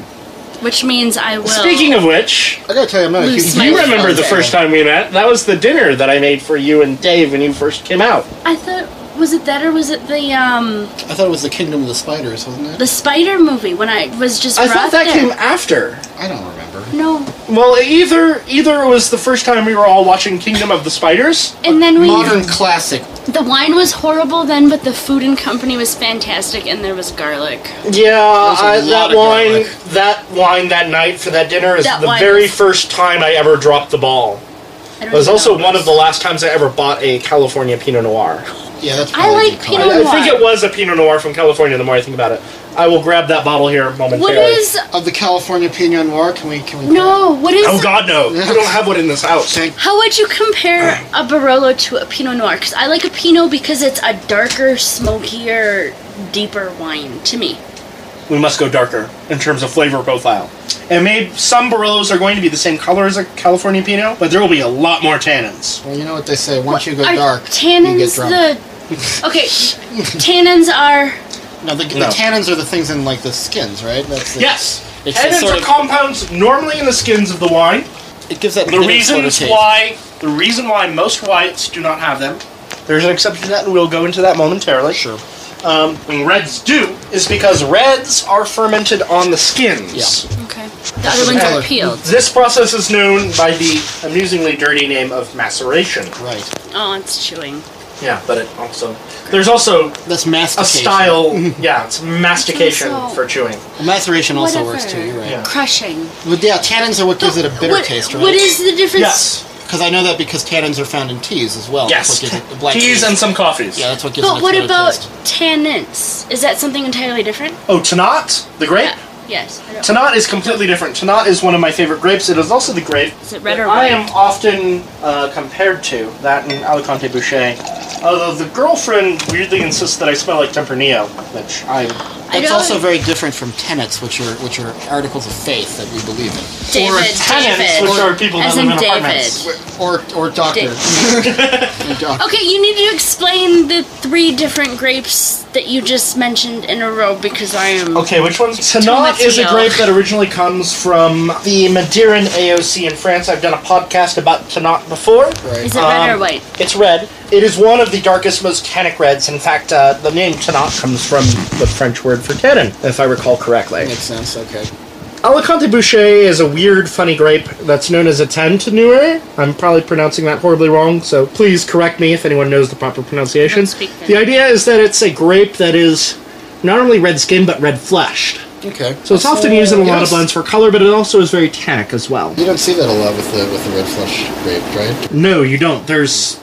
Speaker 4: which means I will.
Speaker 2: Speaking of which,
Speaker 3: I gotta tell you, I'm not a
Speaker 4: Loose
Speaker 3: huge.
Speaker 4: My
Speaker 2: you
Speaker 4: wine
Speaker 2: remember the
Speaker 4: connoisseur.
Speaker 2: first time we met? That was the dinner that I made for you and Dave when you first came out.
Speaker 4: I thought was it that or was it the um
Speaker 3: I thought it was the Kingdom of the Spiders, wasn't it?
Speaker 4: the spider movie when I was just
Speaker 2: I
Speaker 4: brought
Speaker 2: thought that
Speaker 4: there.
Speaker 2: came after.
Speaker 3: I don't remember.
Speaker 4: No.
Speaker 2: Well, either either it was the first time we were all watching Kingdom of the Spiders.
Speaker 4: And then we
Speaker 3: Modern classic.
Speaker 4: the wine was horrible then, but the food and company was fantastic, and there was garlic.
Speaker 2: Yeah, I,
Speaker 3: lot
Speaker 2: that
Speaker 3: of
Speaker 2: wine,
Speaker 3: garlic.
Speaker 2: that wine that night for that dinner is
Speaker 4: That
Speaker 2: the
Speaker 4: wine
Speaker 2: very
Speaker 4: was-
Speaker 2: first time I ever dropped the ball.
Speaker 4: I don't
Speaker 2: It was
Speaker 4: even
Speaker 2: also
Speaker 4: know.
Speaker 2: one of the last times I ever bought a California Pinot Noir.
Speaker 3: Yeah, that's.
Speaker 4: I
Speaker 3: probably
Speaker 4: like
Speaker 3: good
Speaker 4: Pinot
Speaker 3: color.
Speaker 2: I
Speaker 4: Noir.
Speaker 2: think it was a Pinot Noir from California. The more I think about it, I will grab that bottle here momentarily.
Speaker 4: What is
Speaker 3: Of the California Pinot Noir, can we can we?
Speaker 4: no? What is?
Speaker 2: Oh God, no! we don't have one in this house.
Speaker 3: Thank
Speaker 4: How would you compare a Barolo to a Pinot Noir? Because I like a Pinot because it's a darker, smokier, deeper wine to me.
Speaker 2: We must go darker in terms of flavor profile. And maybe some Barolos are going to be the same color as a California Pinot, but there will be a lot more tannins.
Speaker 3: Well, you know what they say. Once you go
Speaker 4: Are
Speaker 3: dark, you get
Speaker 4: tannins
Speaker 3: drunk.
Speaker 4: the? Okay, tannins are.
Speaker 3: no, the, the
Speaker 2: No.
Speaker 3: tannins are the things in like the skins, right? That's the,
Speaker 2: Yes,
Speaker 3: It's the
Speaker 2: tannins
Speaker 3: sort
Speaker 2: are
Speaker 3: of-
Speaker 2: compounds normally in the skins of the wine.
Speaker 3: It gives that
Speaker 2: The
Speaker 3: bitter
Speaker 2: reasons
Speaker 3: sort of taste.
Speaker 2: why the reason why most whites do not have them. There's an exception to that, and we'll go into that momentarily.
Speaker 3: Sure.
Speaker 2: Um, and reds do is because reds are fermented on the skins.
Speaker 3: Yeah.
Speaker 4: Okay. The other ones
Speaker 2: color.
Speaker 4: are peeled.
Speaker 2: This process is known by the amusingly dirty name of maceration.
Speaker 3: Right.
Speaker 4: Oh, it's chewing.
Speaker 2: Yeah, but it also there's also
Speaker 3: That's
Speaker 2: a
Speaker 3: mastication.
Speaker 2: style. yeah, it's mastication
Speaker 4: So-
Speaker 2: for chewing.
Speaker 3: Well, maceration also
Speaker 4: Whatever.
Speaker 3: works too. You're right.
Speaker 2: Yeah.
Speaker 4: Crushing.
Speaker 3: But yeah, tannins are what gives it a bitter
Speaker 4: what,
Speaker 3: taste, right?
Speaker 4: What is the difference?
Speaker 2: Yes,
Speaker 3: Because I know that because tannins are found in teas as well. That's
Speaker 2: yes.
Speaker 3: What gives it the black
Speaker 2: Teas
Speaker 3: taste.
Speaker 2: and some coffees.
Speaker 3: yeah, that's what gives it
Speaker 4: But
Speaker 3: its
Speaker 4: what
Speaker 3: bitter
Speaker 4: about
Speaker 3: taste.
Speaker 4: tannins? Is that something entirely different?
Speaker 2: Oh, Tanat, the grape.
Speaker 4: Yeah. Yes. I don't-
Speaker 2: Tanat is completely different. Tanat is one of my favorite grapes. It is also the grape
Speaker 4: Is it red
Speaker 2: that
Speaker 4: or
Speaker 2: I
Speaker 4: white?
Speaker 2: am often uh, compared to that and Alicante Boucher. Although the girlfriend weirdly insists that I smell like Tempranillo, which I
Speaker 4: I
Speaker 3: That's
Speaker 4: don't-
Speaker 3: also very different from tenets, which are which are articles of faith that we believe in,
Speaker 4: David.
Speaker 2: or
Speaker 4: David.
Speaker 2: tenants, which are people that
Speaker 4: As
Speaker 2: live
Speaker 4: in
Speaker 2: in apartments.
Speaker 4: David.
Speaker 3: or or doctor. Or doc-
Speaker 4: Okay, you need to explain the three different grapes that you just mentioned in a row because I am.
Speaker 2: Okay, which one's Tanat
Speaker 4: Tomatillo.
Speaker 2: is a grape
Speaker 4: <laughs>
Speaker 2: that originally comes from the Madeiran AOC in France. I've done a podcast about Tanat before.
Speaker 3: Right.
Speaker 4: Is it
Speaker 2: Um,
Speaker 4: red or white?
Speaker 2: It's red. It is one of the darkest, most tannic reds. In fact, uh, the name Tanat comes from the French word for tannin, if I recall correctly.
Speaker 3: Makes sense. Okay.
Speaker 2: Alicante Boucher is a weird, funny grape that's known as a Tantanure. I'm probably pronouncing that horribly wrong, so please correct me if anyone knows the proper pronunciation.
Speaker 4: Don't speak French.
Speaker 2: The idea is that it's a grape that is not only red skinned, but red fleshed.
Speaker 3: Okay.
Speaker 2: So it's often used in a lot
Speaker 3: yes.
Speaker 2: of blends for color, but it also is very tannic as well.
Speaker 3: You don't see that a lot with the with the red flesh grape, right?
Speaker 2: No, you don't. There's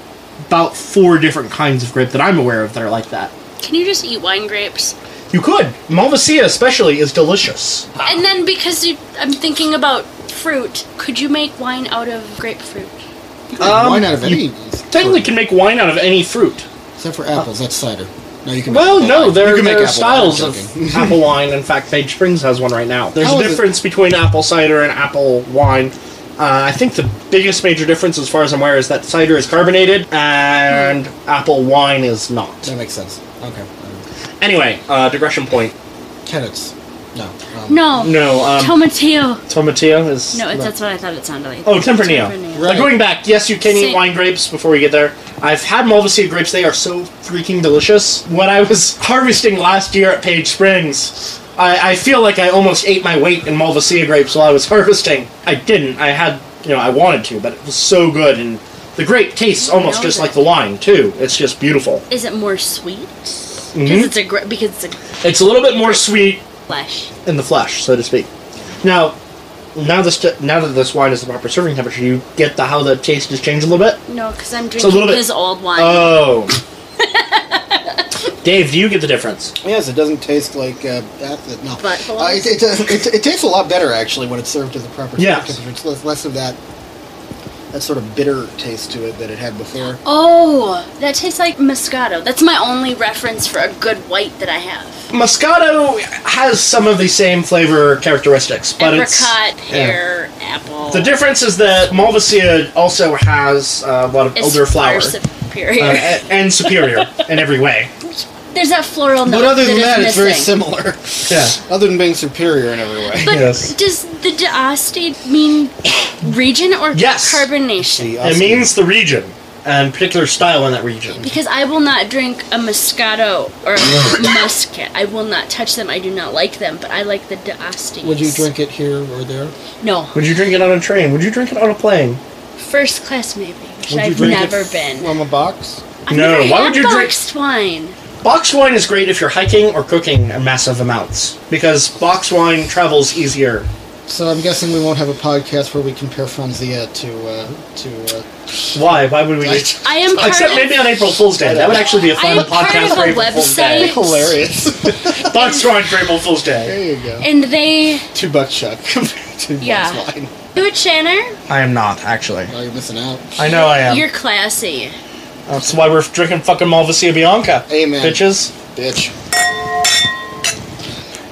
Speaker 2: about four different kinds of grape that I'm aware of that are like that.
Speaker 4: Can you just eat wine grapes?
Speaker 2: You could. Malvasia especially is delicious.
Speaker 4: And then because you, I'm thinking about fruit, could you make wine out of grapefruit?
Speaker 2: Um,
Speaker 3: Why not of
Speaker 2: you
Speaker 3: any?
Speaker 2: Technically can make wine out of any fruit.
Speaker 3: except for apples. That's cider. No, you can.
Speaker 2: Well,
Speaker 3: make
Speaker 2: no, there,
Speaker 3: you can
Speaker 2: there
Speaker 3: make
Speaker 2: are
Speaker 3: apple
Speaker 2: styles
Speaker 3: wine, I'm joking.
Speaker 2: of <laughs> apple wine. In fact, Page Springs has one right now. There's
Speaker 3: How
Speaker 2: a
Speaker 3: is it-
Speaker 2: difference between apple cider and apple wine. Uh, I think the biggest major difference, as far as I'm aware, is that cider is carbonated and apple wine is not.
Speaker 3: That makes sense. Okay.
Speaker 2: Anyway, uh, digression point.
Speaker 3: Tenets. No. Um,
Speaker 4: No.
Speaker 2: No, um,
Speaker 4: Tomatillo.
Speaker 2: Tomatillo is.
Speaker 4: No, it, that's what I thought it sounded like.
Speaker 2: Oh, Tempranillo.
Speaker 4: Tempranillo.
Speaker 3: Right.
Speaker 2: Like, going back, yes, you can eat
Speaker 4: Same.
Speaker 2: wine grapes before we get there. I've had Malvasia grapes; they are so freaking delicious. When I was <laughs> harvesting last year at Page Springs, I, I feel like I almost ate my weight in Malvasia grapes while I was <laughs> harvesting. I didn't. I had, you know, I wanted to, but it was so good, and the grape tastes almost
Speaker 4: know
Speaker 2: just
Speaker 4: that.
Speaker 2: like the wine too. It's just beautiful.
Speaker 4: Is it more sweet?
Speaker 2: Mm-hmm.
Speaker 4: Because it's a gra- because it's a
Speaker 2: It's a little bit more sweet
Speaker 4: flesh.
Speaker 2: in the flesh, so to speak. Now. Now this now that this wine is the proper serving temperature, you get the how the taste has changed a little bit.
Speaker 4: No, because I'm
Speaker 2: a little
Speaker 4: drinking
Speaker 2: bit-
Speaker 4: his old wine. <laughs>
Speaker 2: Oh. Dave, do you get the difference?
Speaker 3: Yes, it doesn't taste like uh, apple. No.
Speaker 4: But-
Speaker 3: Uh, it, it, does- it, it tastes a lot better actually when it's served at the proper
Speaker 2: Yeah.
Speaker 3: temperature. It's less, less of that that sort of bitter taste to it that it had before.
Speaker 4: Oh, that tastes like Moscato. That's my only reference for a good white that I have.
Speaker 2: Moscato has some of the same flavor characteristics, but it's
Speaker 4: Apricot, pear, apple.
Speaker 2: the difference is that Malvasia also has uh, a lot of
Speaker 4: is
Speaker 2: older flower
Speaker 4: far superior.
Speaker 2: uh, a- and superior in every <laughs> way.
Speaker 4: <laughs> There's that floral note.
Speaker 3: But other than
Speaker 4: is
Speaker 3: that, it's very
Speaker 4: missing.
Speaker 3: similar.
Speaker 2: Yeah.
Speaker 3: <laughs> other than being superior in every
Speaker 4: <laughs>
Speaker 3: way.
Speaker 4: But
Speaker 2: Yes.
Speaker 4: does the D'Asti mean region or
Speaker 2: Yes.
Speaker 4: carbonation?
Speaker 2: It means the region. and particular style in that region.
Speaker 4: Because I will not drink a Moscato or a Muscat. I will not touch them. I do not like them, but I like the D'Asti.
Speaker 3: Would you drink it here or there?
Speaker 4: No.
Speaker 2: Would you drink it on a train? Would you drink it on a plane?
Speaker 4: First class, maybe,
Speaker 3: Would
Speaker 4: which
Speaker 3: you
Speaker 4: I've
Speaker 3: drink it
Speaker 4: never been.
Speaker 3: From a box?
Speaker 4: I've
Speaker 2: No,
Speaker 4: never
Speaker 2: why
Speaker 4: had
Speaker 2: would you drink-
Speaker 4: boxed wine?
Speaker 2: Box wine is great if you're hiking or cooking in massive amounts because box wine travels easier.
Speaker 3: So I'm guessing we won't have a podcast where we compare Franzia to uh, to. Uh,
Speaker 2: Why? Why would we?
Speaker 4: I am part
Speaker 2: Except
Speaker 4: of,
Speaker 2: maybe on April Fool's Day. That would actually be a
Speaker 4: I
Speaker 2: fun
Speaker 4: am part
Speaker 2: podcast
Speaker 4: of
Speaker 2: for
Speaker 4: a
Speaker 2: April Fool's Day.
Speaker 4: website, <laughs>
Speaker 3: hilarious.
Speaker 2: Box wine for April Fool's Day.
Speaker 3: there you go.
Speaker 4: and they
Speaker 3: Two buck shot compared to
Speaker 4: Yeah.
Speaker 3: one's wine.
Speaker 4: do it, Shanner.
Speaker 2: I am not actually.
Speaker 3: Oh, you're missing out.
Speaker 2: I know I am.
Speaker 4: You're classy.
Speaker 2: That's why we're drinking fucking Malvasia Bianca.
Speaker 3: Amen.
Speaker 2: Bitches.
Speaker 3: Bitch.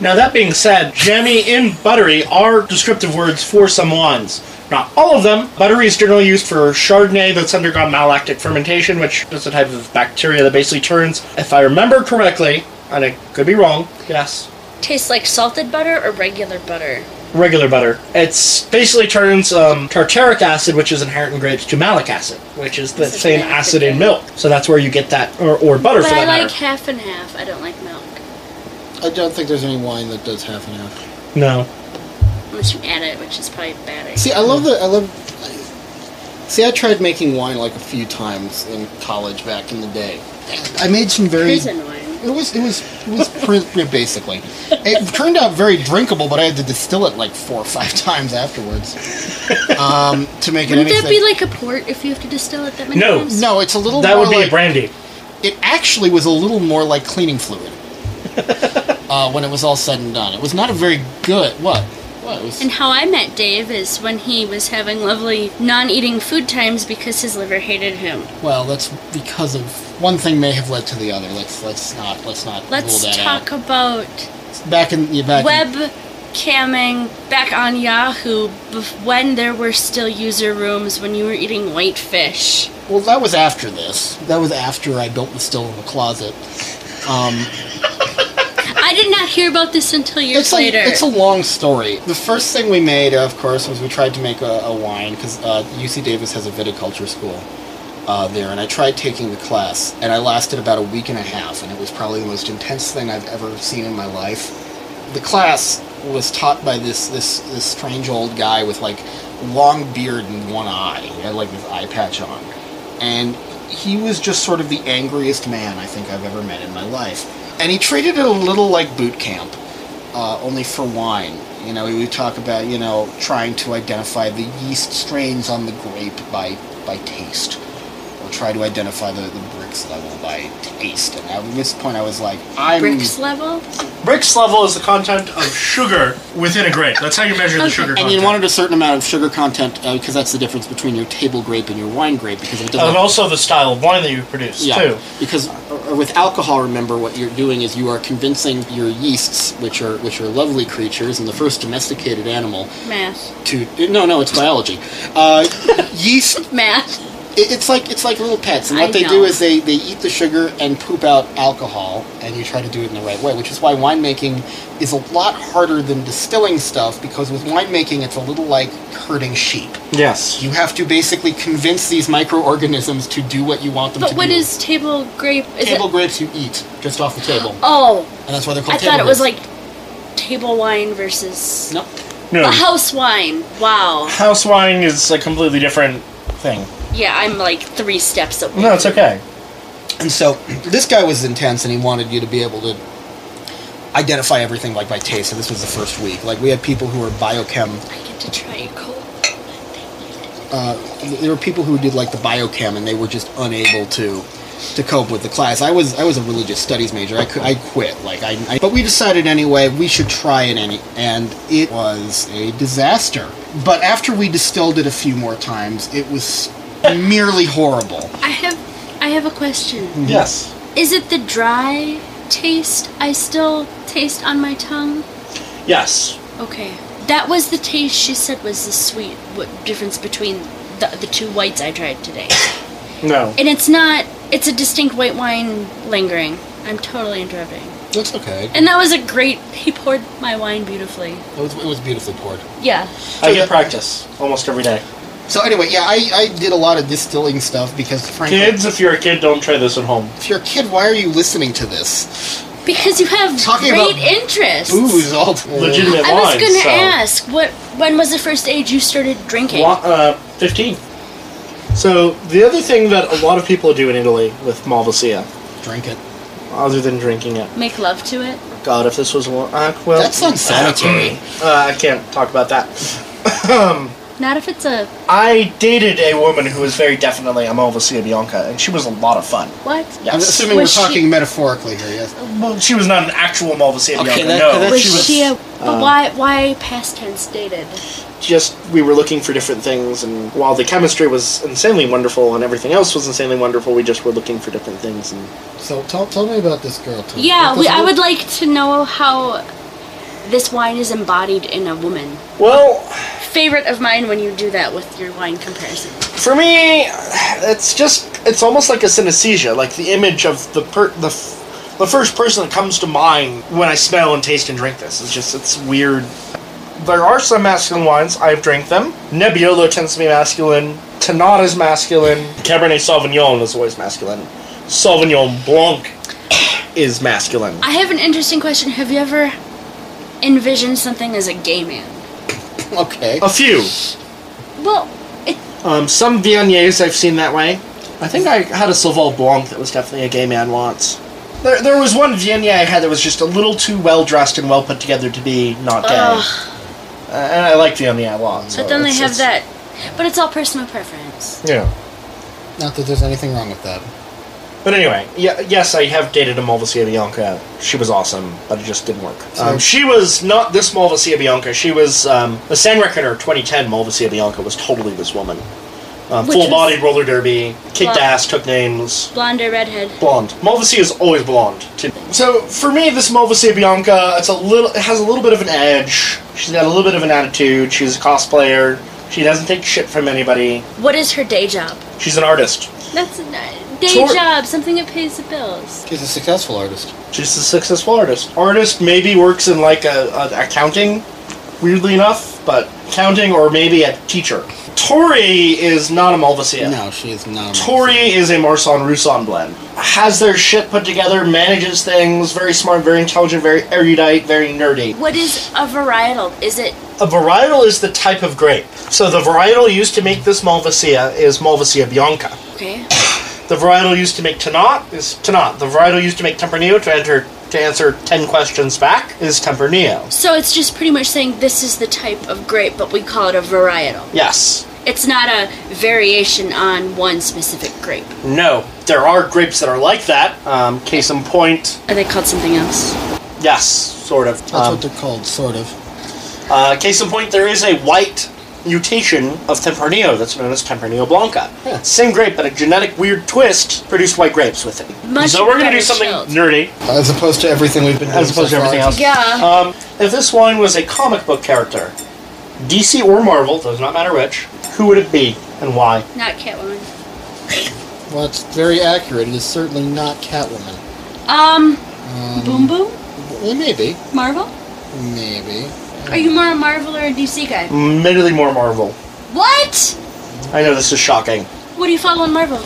Speaker 2: Now that being said, jammy and buttery are descriptive words for some wines. Not all of them. Buttery is generally used for Chardonnay that's undergone malolactic fermentation, which is a type of bacteria that basically turns, if I remember correctly, and I could be wrong, yes,
Speaker 4: Tastes like salted butter or regular butter.
Speaker 2: regular butter. It's basically turns um, tartaric acid, which is inherent in grapes, to malic acid, which is the
Speaker 4: This is
Speaker 2: same
Speaker 4: very
Speaker 2: acid in
Speaker 4: good.
Speaker 2: milk. So that's where you get that, or, or butter
Speaker 4: But
Speaker 2: for
Speaker 4: I
Speaker 2: that
Speaker 4: like
Speaker 2: matter.
Speaker 4: half and half. I don't like milk
Speaker 3: I don't think there's any wine that does half and half.
Speaker 2: No.
Speaker 4: unless you add it, which is probably bad.
Speaker 3: See, I love the I love. See, I tried making wine like a few times in college back in the day. I made some very.
Speaker 4: Prison wine.
Speaker 3: It was it was it was <laughs> pr- basically. It turned out very drinkable, but I had to distill it like four or five <laughs> times afterwards um, to make it
Speaker 4: Wouldn't
Speaker 3: anything.
Speaker 4: that be like a port if you have to distill it that many
Speaker 2: No.
Speaker 4: times?
Speaker 3: no, it's a little.
Speaker 2: That
Speaker 3: more
Speaker 2: would be
Speaker 3: like,
Speaker 2: a brandy.
Speaker 3: It actually was a little more like cleaning fluid. <laughs> uh, when it was all said and done, it was not a very good. What? What? It was,
Speaker 4: And how I met Dave is when he was having lovely non-eating food times because his liver hated him.
Speaker 3: well, that's because of one thing may have led to the other. Let's let's not let's not
Speaker 4: Let's
Speaker 3: rule that
Speaker 4: talk about
Speaker 3: out. Back in yeah, back. in-
Speaker 4: web camming back on Yahoo bef- when there were still user rooms when you were eating white fish.
Speaker 3: Well, that was after this. That was after I built the still in the closet. Um,
Speaker 4: I did not hear about this until years
Speaker 3: it's
Speaker 4: later.
Speaker 3: A, it's a long story. The first thing we made, of course, was we tried to make a, a wine because uh, UC Davis has a viticulture school uh, there, and I tried taking the class, and I lasted about a week and a half, and it was probably the most intense thing I've ever seen in my life. The class was taught by this this this strange old guy with like long beard and one eye, he had like this eye patch on, and he was just sort of the angriest man I think I've ever met in my life, and he treated it a little like boot camp uh, only for wine. You know, we would talk about you know trying to identify the yeast strains on the grape by by taste, or try to identify the, the Brix level by taste. And at this point, I was like, I'm
Speaker 4: Bricks level?
Speaker 2: Brix level is the content of sugar within a grape. That's how you measure the sugar
Speaker 3: And
Speaker 2: content.
Speaker 3: you wanted a certain amount of sugar content uh, because that's the difference between your table grape and your wine grape. Because if it doesn't
Speaker 2: and also the style of wine that you produce
Speaker 3: Yeah,
Speaker 2: too.
Speaker 3: because uh, with alcohol, remember what you're doing is you are convincing your yeasts, which are which are lovely creatures, and the first domesticated animal
Speaker 4: Math.
Speaker 3: to no, no, it's biology. Uh, <laughs> yeast
Speaker 4: Math.
Speaker 3: It, it's like it's like little pets, and
Speaker 4: I
Speaker 3: what they
Speaker 4: know.
Speaker 3: do is they, they eat the sugar and poop out alcohol, and you try to do it in the right way, which is why winemaking is a lot harder than distilling stuff because with winemaking it's a little like herding sheep.
Speaker 1: Yes.
Speaker 3: You have to basically convince these microorganisms to do what you want them
Speaker 4: But
Speaker 3: to
Speaker 4: what
Speaker 3: do.
Speaker 4: is table grape? Is
Speaker 3: table
Speaker 4: it?
Speaker 3: grapes you eat just off the table,
Speaker 4: Oh,
Speaker 3: and that's why they're
Speaker 4: I
Speaker 3: called. table
Speaker 4: thought it was like
Speaker 3: grapes.
Speaker 4: table wine versus
Speaker 3: no.
Speaker 2: No,
Speaker 4: a house wine. Wow.
Speaker 2: house wine is a completely different thing.
Speaker 4: Yeah, I'm like three steps away.
Speaker 2: No, it's okay.
Speaker 3: And so <clears throat> this guy was intense, and he wanted you to be able to identify everything like by taste. So this was the first week. Like we had people who were biochem
Speaker 4: I get to try it cold.
Speaker 3: uh, there were people who did like the biochem and they were just unable to to cope with the class. I was I was a religious studies major. I, cou- I quit. Like I, I but we decided anyway we should try it any and it was a disaster. But after we distilled it a few more times, it was merely horrible.
Speaker 4: I have, I have a question.
Speaker 3: Mm-hmm.
Speaker 2: Yes.
Speaker 4: Is it the dry taste I still taste on my tongue?
Speaker 2: Yes.
Speaker 4: Okay, that was the taste she said was the sweet what difference between the the two whites I tried today.
Speaker 2: No.
Speaker 4: And it's not. It's a distinct white wine lingering. I'm totally interrupting.
Speaker 3: That's okay.
Speaker 4: And that was a great. He poured my wine beautifully.
Speaker 3: It was, it was beautifully poured.
Speaker 4: Yeah.
Speaker 2: I get practice almost every day.
Speaker 3: So anyway, yeah, I, I did a lot of distilling stuff because frankly,
Speaker 6: Kids, if you're a kid, don't try this at home.
Speaker 3: if you're a kid, why are you listening to this?
Speaker 4: Because you have
Speaker 3: Talking
Speaker 4: great
Speaker 3: about
Speaker 4: interests.
Speaker 3: Booze all
Speaker 6: Legitimate
Speaker 4: I was
Speaker 6: wine,
Speaker 4: gonna
Speaker 6: so-
Speaker 4: ask what when was the first age you started drinking?
Speaker 6: Wa- uh, 15.
Speaker 2: So the other thing that a lot of people do in Italy with Malvasia,
Speaker 3: Drink it.
Speaker 2: other than drinking it,
Speaker 4: Make love to it.
Speaker 2: God, if this was a long, uh, well,
Speaker 3: That's unsanitary.
Speaker 2: uh, I can't talk about that.
Speaker 4: Not if it's a
Speaker 2: I dated a woman who was very definitely a Malvasia Bianca, and she was a lot of fun.
Speaker 4: what?
Speaker 2: Yeah.
Speaker 3: I'm assuming
Speaker 4: Was
Speaker 3: we're
Speaker 4: she-
Speaker 3: talking metaphorically here. Yes.
Speaker 2: Well, she was not an actual Malvasia
Speaker 3: Okay,
Speaker 2: Bianca,
Speaker 3: that-
Speaker 2: no.
Speaker 3: that-
Speaker 4: Was
Speaker 3: She
Speaker 4: she,
Speaker 3: was- uh,
Speaker 4: a? But why why past tense dated?
Speaker 2: just we were looking for different things and while the chemistry was insanely wonderful and everything else was insanely wonderful we just were looking for different things and
Speaker 3: So tell, tell me about this girl. Tony.
Speaker 4: Yeah,
Speaker 3: What
Speaker 4: we,
Speaker 3: does-
Speaker 4: I would like to know how this wine is embodied in a woman.
Speaker 2: well
Speaker 4: Favorite of mine when you do that with your wine comparison.
Speaker 2: for me it's just it's almost like a synesthesia like the image of the per the f- the first person that comes to mind when i smell and taste and drink this is just it's weird there are some masculine wines i've drank them nebbiolo tends to be masculine Tanat is masculine cabernet sauvignon is always masculine sauvignon blanc is masculine
Speaker 4: I have an interesting question. Have you ever envisioned something as a gay man?
Speaker 3: Okay.
Speaker 4: Oh.
Speaker 2: a few
Speaker 4: Well, it,
Speaker 2: Um, some Viogniers I've seen that way. I think I had a Sauvignon Blanc that was definitely a gay man once. There, there was one Viognier I had that was just a little too well dressed and well put together to be not gay.
Speaker 4: Ugh.
Speaker 2: Uh, and I like Viognier a lot. so
Speaker 4: but then they
Speaker 2: it's-
Speaker 4: have
Speaker 2: it's-
Speaker 4: that. But it's all personal preference.
Speaker 2: Yeah.
Speaker 3: Not that there's anything wrong with that.
Speaker 2: But anyway, yeah, yes, I have dated a Malvasia Bianca. She was awesome, but it just didn't work. Um, she was not this Malvasia Bianca. She was um, the San Reckoner 2010 Malvasia Bianca was totally this woman. Um,
Speaker 4: Which was-
Speaker 2: Full bodied roller derby, kicked
Speaker 4: Wow.
Speaker 2: ass, took names.
Speaker 4: Blonde or redhead?
Speaker 2: blonde. Malvasia is always blonde. Too. So for me, this Malvasia Bianca, it's a little, it has a little bit of an edge. She's got a little bit of an attitude. She's a cosplayer. She doesn't take shit from anybody.
Speaker 4: What is her day job?
Speaker 2: She's an artist.
Speaker 4: That's a ni- day
Speaker 2: Tour-
Speaker 4: job, something that pays the bills.
Speaker 3: She's a successful artist.
Speaker 2: She's a successful artist. Artist maybe works in like a, a accounting, weirdly enough, but accounting or maybe a teacher. Tori is not a Malvasia.
Speaker 3: No, she is not. a
Speaker 2: Tori is a Marsan Rusan blend. Has their shit put together, manages things, very smart, very intelligent, very erudite, very nerdy.
Speaker 4: What is a varietal? Is it
Speaker 2: A varietal is the type of grape. So the varietal used to make this Malvasia is Malvasia Bianca.
Speaker 4: okay?
Speaker 2: The varietal used to make Tanat is Tanat. The varietal used to make Tempranillo to enter to answer ten questions back is Tempranillo.
Speaker 4: So it's just pretty much saying this is the type of grape, but we call it a varietal.
Speaker 2: Yes.
Speaker 4: It's not a variation on one specific grape.
Speaker 2: No. There are grapes that are like that. Um, case in point,
Speaker 4: Are they called something else?
Speaker 2: yes, sort of.
Speaker 3: That's
Speaker 2: Um,
Speaker 3: what they're called, sort of.
Speaker 2: uh, case in point, there is a white mutation of Tempranillo that's known as Tempranillo Blanca.
Speaker 3: Yeah.
Speaker 2: Same grape, but a genetic weird twist produced white grapes with it.
Speaker 4: Much
Speaker 2: so we're gonna do
Speaker 4: better
Speaker 2: something
Speaker 4: chilled.
Speaker 2: nerdy.
Speaker 3: As opposed to everything we've been doing.
Speaker 2: as opposed
Speaker 3: so
Speaker 2: to everything
Speaker 3: far.
Speaker 2: else.
Speaker 4: Yeah.
Speaker 2: Um, if this wine was a comic book character, DC or Marvel, does not matter which, who would it be and why?
Speaker 4: Not Catwoman.
Speaker 3: Well, it's very accurate. It is certainly not Catwoman.
Speaker 4: Um, Boom Boom?
Speaker 3: Well, maybe,
Speaker 4: Marvel?
Speaker 3: maybe.
Speaker 4: Are you more a Marvel or a DC guy?
Speaker 2: Mm. Admittedly, more Marvel.
Speaker 4: What?
Speaker 2: I know this is shocking.
Speaker 4: What do you follow on Marvel?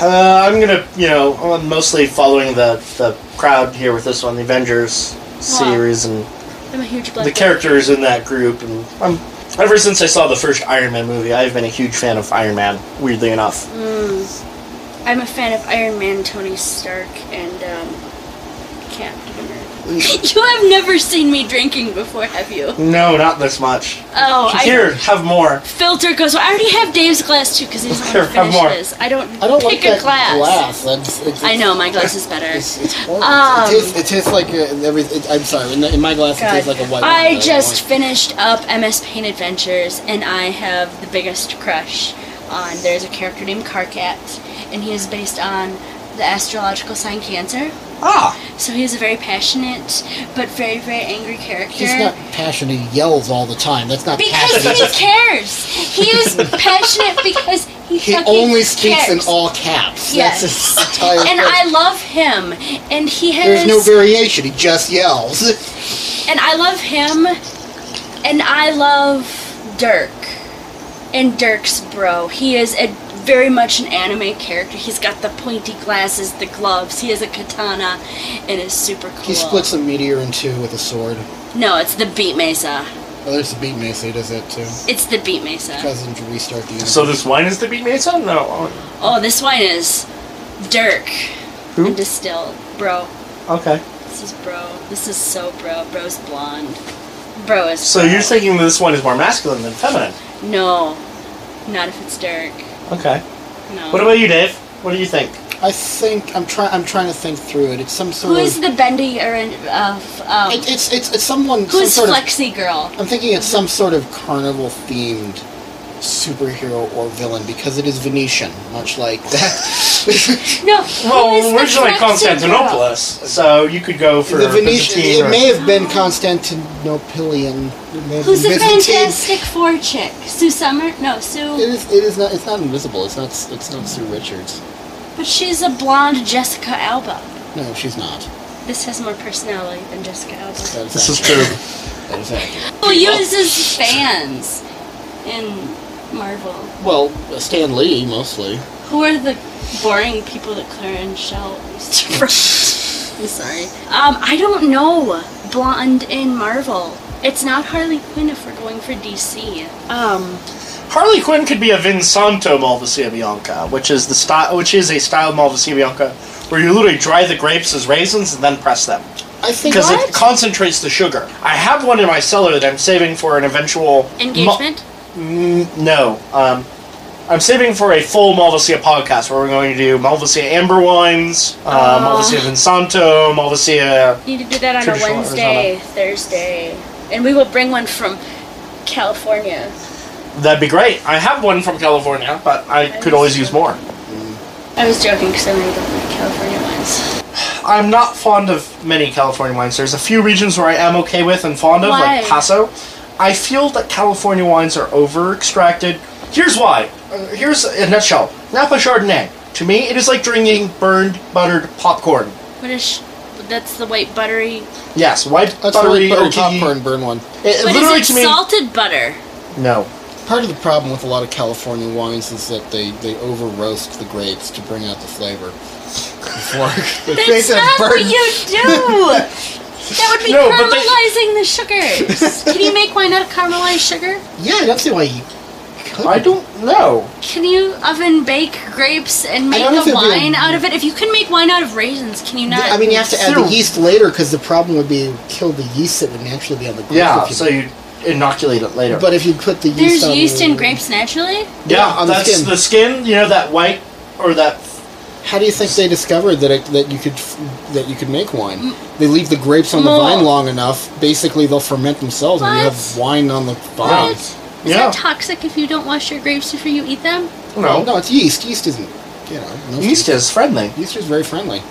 Speaker 2: Uh, I'm gonna, you know, I'm mostly following the the crowd here with this one, the Avengers series, and
Speaker 4: I'm a huge Black
Speaker 2: the characters in that group. And I'm, ever since I saw the first Iron Man movie, I've been a huge fan of Iron Man. Weirdly enough,
Speaker 4: Widow. I'm a fan of Iron Man, Tony Stark, and um, Captain America. <laughs> you have never seen me drinking before, have you?
Speaker 2: no, not this much.
Speaker 4: Oh, I
Speaker 2: Here, have <laughs> more.
Speaker 4: filter goes. I already have Dave's glass too because he doesn't
Speaker 2: Here,
Speaker 4: want to
Speaker 2: have
Speaker 4: finish
Speaker 2: more.
Speaker 4: this. I don't.
Speaker 3: I don't
Speaker 4: pick
Speaker 3: like that
Speaker 4: a glass.
Speaker 3: That's, it's,
Speaker 4: I know my glass is better.
Speaker 3: It's, it's horrible.
Speaker 4: Um,
Speaker 3: it, tastes, it tastes like a, every, it, I'm sorry. In, the, in my glass, it
Speaker 4: God.
Speaker 3: tastes like a white. wine,
Speaker 4: I
Speaker 3: but
Speaker 4: just
Speaker 3: don't
Speaker 4: finished up MS Paint Adventures, and I have the biggest crush on. There's a character named Karkat, and he is based on the astrological sign Cancer.
Speaker 2: Ah,
Speaker 4: So he is a very passionate, but very very angry character.
Speaker 3: He's not passionate. He yells all the time. That's not
Speaker 4: because
Speaker 3: passionate.
Speaker 4: he cares. He is passionate because he,
Speaker 3: He
Speaker 4: fucking
Speaker 3: only speaks
Speaker 4: cares.
Speaker 3: in all caps.
Speaker 4: Yes.
Speaker 3: That's his entire. thing.
Speaker 4: And I love him, and he has
Speaker 3: There's no variation. He just yells.
Speaker 4: And I love him, and I love Dirk. And Dirk's bro. He is a very much an anime character. He's got the pointy glasses, the gloves. He has a katana, and is super cool.
Speaker 3: He splits a meteor in two with a sword.
Speaker 4: No, it's the Beat Mesa.
Speaker 3: Oh, there's the beat mace. He does that too.
Speaker 4: It's the Beat Mesa.
Speaker 3: Tries to restart the universe.
Speaker 2: So this wine is the beat mason? No.
Speaker 4: Oh, this wine is Dirk.
Speaker 2: Who?
Speaker 4: And distilled, bro.
Speaker 2: Okay.
Speaker 4: This is bro. This is so bro. Bro's blonde. Bro is.
Speaker 2: So
Speaker 4: bro.
Speaker 2: you're thinking this one is more masculine than feminine?
Speaker 4: No, not if it's Dirk.
Speaker 2: Okay.
Speaker 4: No.
Speaker 2: What about you, Dave? What do you think?
Speaker 3: I think I'm trying. I'm trying to think through it. It's some sort
Speaker 4: Who is
Speaker 3: of.
Speaker 4: the bendy or of um,
Speaker 3: It, it's it's it's someone.
Speaker 4: who's
Speaker 3: some sort of,
Speaker 4: Flexi Girl?
Speaker 3: I'm thinking it's some sort of carnival themed superhero or villain because it is Venetian, much like that. <laughs>
Speaker 4: No. who is
Speaker 2: Well,
Speaker 4: the
Speaker 2: originally
Speaker 4: Flexi Girl?
Speaker 2: Constantinopolis, so you could go for
Speaker 3: the Venetian.
Speaker 2: Byzantine
Speaker 3: It
Speaker 2: or-
Speaker 3: may have been Constantinopolitan. It may have
Speaker 4: Who's the
Speaker 3: been Byzantine.
Speaker 4: Fantastic Four chick? Sue Summer? No, Sue.
Speaker 3: It is. It is not. It's not invisible. It's not. It's not Sue Richards.
Speaker 4: But she's a blonde Jessica Alba.
Speaker 3: No, she's not.
Speaker 4: This has more personality than Jessica Alba.
Speaker 3: That is
Speaker 1: This is
Speaker 3: accurate.
Speaker 1: true.
Speaker 3: <laughs> That is accurate.
Speaker 4: Who uses fans in Marvel?
Speaker 3: Well, Stan Lee mostly.
Speaker 4: Who are the boring people that Clarence Shell used to I'm sorry. Um, I don't know. Blonde in Marvel. It's not Harley Quinn if we're going for DC. Um,
Speaker 2: Harley Quinn could be a Vinsanto Malvasia Bianca, which is the style, which is a style of Malvasia Bianca where you literally dry the grapes as raisins and then press them
Speaker 3: I think.
Speaker 2: because
Speaker 4: What?
Speaker 2: it concentrates the sugar. I have one in my cellar that I'm saving for an eventual mo-
Speaker 4: engagement.
Speaker 2: no, um, I'm saving for a full Malvasia podcast where we're going to do Malvasia amber wines, uh, Malvasia Vinsanto, Malvasia.
Speaker 4: Need to do that on a
Speaker 2: Traditional
Speaker 4: Wednesday, Thursday, and we will bring one from California.
Speaker 2: That'd be great. I have one from California, but I could always use more.
Speaker 4: I was joking because I really don't like California wines.
Speaker 2: I'm not fond of many California wines. There's a few regions where I am okay with and fond of, like
Speaker 4: Why?
Speaker 2: Paso. I feel that California wines are over extracted. Here's why. Uh, here's a nutshell Napa Chardonnay. To me, it is like drinking burned, buttered popcorn.
Speaker 4: What is? Sh- that's the white buttery.
Speaker 2: Yes, white,
Speaker 3: That's
Speaker 2: buttery, E
Speaker 3: really butter
Speaker 2: oaky-
Speaker 3: popcorn burn one.
Speaker 2: It,
Speaker 4: But
Speaker 2: literally
Speaker 4: is
Speaker 2: to
Speaker 4: it
Speaker 2: me.
Speaker 4: salted butter?
Speaker 2: No.
Speaker 3: Part of the problem with a lot of California wines is that they, they over roast the grapes to bring out the flavor. Before <laughs> the
Speaker 4: That's
Speaker 3: grapes have
Speaker 4: not what
Speaker 3: burned.
Speaker 4: you
Speaker 3: <laughs>
Speaker 4: do. That would be
Speaker 2: No, but they-
Speaker 4: caramelizing the
Speaker 3: <laughs>
Speaker 4: sugars. Can you make wine out of caramelized sugar?
Speaker 3: Yeah, I don't see why you. couldn't.
Speaker 2: I don't know.
Speaker 4: Can you oven bake grapes and make
Speaker 3: don't know if
Speaker 4: a
Speaker 3: it'd be a-
Speaker 4: wine out of it? If you can make wine out of raisins, can you not?
Speaker 3: I mean, you have to add the
Speaker 2: Sure.
Speaker 3: yeast later because the problem would be you kill the yeast that would naturally be on the grape.
Speaker 2: Yeah,
Speaker 3: if you,
Speaker 2: so you inoculate it later.
Speaker 3: but if you put the yeast
Speaker 4: There's
Speaker 3: on
Speaker 4: yeast
Speaker 3: the,
Speaker 4: in grapes naturally.
Speaker 2: yeah,
Speaker 3: yeah, on the
Speaker 2: that's
Speaker 3: skin.
Speaker 2: the skin, you know, that white or that
Speaker 3: How do you think they discovered that it, that you could f- that you could make wine? They leave the grapes on the
Speaker 4: Mold.
Speaker 3: vine long enough. Basically, they'll ferment themselves, and you have
Speaker 4: What?
Speaker 3: wine on the vine.
Speaker 4: Is
Speaker 2: Yeah.
Speaker 4: that toxic if you don't wash your grapes before you eat them?
Speaker 3: No, no, it's yeast. Yeast isn't. You know, most
Speaker 2: yeast is friendly.
Speaker 3: Yeast is very friendly,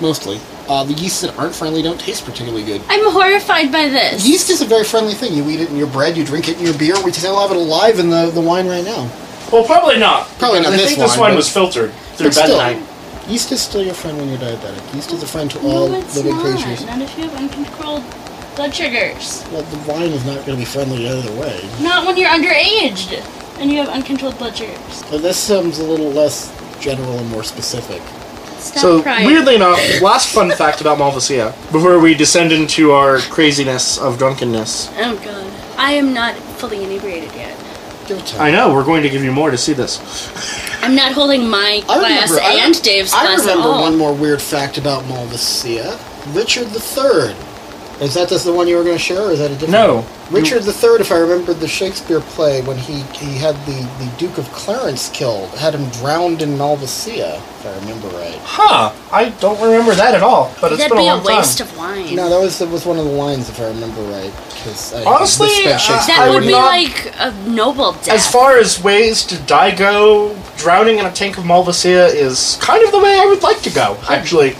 Speaker 3: mostly. Uh, the yeasts that aren't friendly don't taste particularly good.
Speaker 4: I'm horrified by this.
Speaker 3: Yeast is a very friendly thing. You eat it in your bread, you drink it in your beer. We still have it alive in the, the wine right now.
Speaker 2: Well, probably not.
Speaker 3: Probably not
Speaker 2: I
Speaker 3: this
Speaker 2: think this
Speaker 3: wine,
Speaker 2: wine
Speaker 3: but-
Speaker 2: was filtered through
Speaker 3: But still,
Speaker 2: bentonite.
Speaker 3: yeast is still your friend when you're diabetic. Yeast is a friend to all
Speaker 4: no, it's
Speaker 3: living
Speaker 4: not.
Speaker 3: creatures.
Speaker 4: Not if you have uncontrolled blood sugars.
Speaker 3: Well, the wine is not going to be friendly either way.
Speaker 4: Not when you're underaged and you have uncontrolled blood sugars.
Speaker 3: But this sounds a little less general and more specific.
Speaker 4: Stop
Speaker 2: So
Speaker 4: crying.
Speaker 2: weirdly enough, last fun fact about Malvasia before we descend into our craziness of drunkenness.
Speaker 4: Oh god. I am not fully inebriated yet.
Speaker 3: Give it time.
Speaker 2: I know we're going to give you more to see this.
Speaker 4: I'm not holding my
Speaker 3: I
Speaker 4: glass
Speaker 3: remember- I-
Speaker 4: and Dave's
Speaker 3: I
Speaker 4: glass
Speaker 3: remember
Speaker 4: at all.
Speaker 3: one more weird fact about Malvasia. Richard III. Is that just the one you were going to share, or is that a different?
Speaker 2: No.
Speaker 3: Richard III, if I remember the Shakespeare play, when he, he had the, the Duke of Clarence killed, had him drowned in Malvasia, if I remember right.
Speaker 2: Huh? I don't remember that at all. But it's
Speaker 4: That'd
Speaker 2: been a
Speaker 4: be a,
Speaker 2: long
Speaker 4: waste
Speaker 2: time.
Speaker 4: of wine.
Speaker 3: No, that was that was one of the lines, if I remember right. 'cause I
Speaker 2: Honestly,
Speaker 3: misspelled
Speaker 2: uh,
Speaker 3: Shakespeare.
Speaker 4: that
Speaker 2: I
Speaker 4: would,
Speaker 2: would
Speaker 4: be
Speaker 2: not-
Speaker 4: like a noble death.
Speaker 2: As far as ways to die go, drowning in a tank of Malvasia is kind of the way I would like to go. Actually,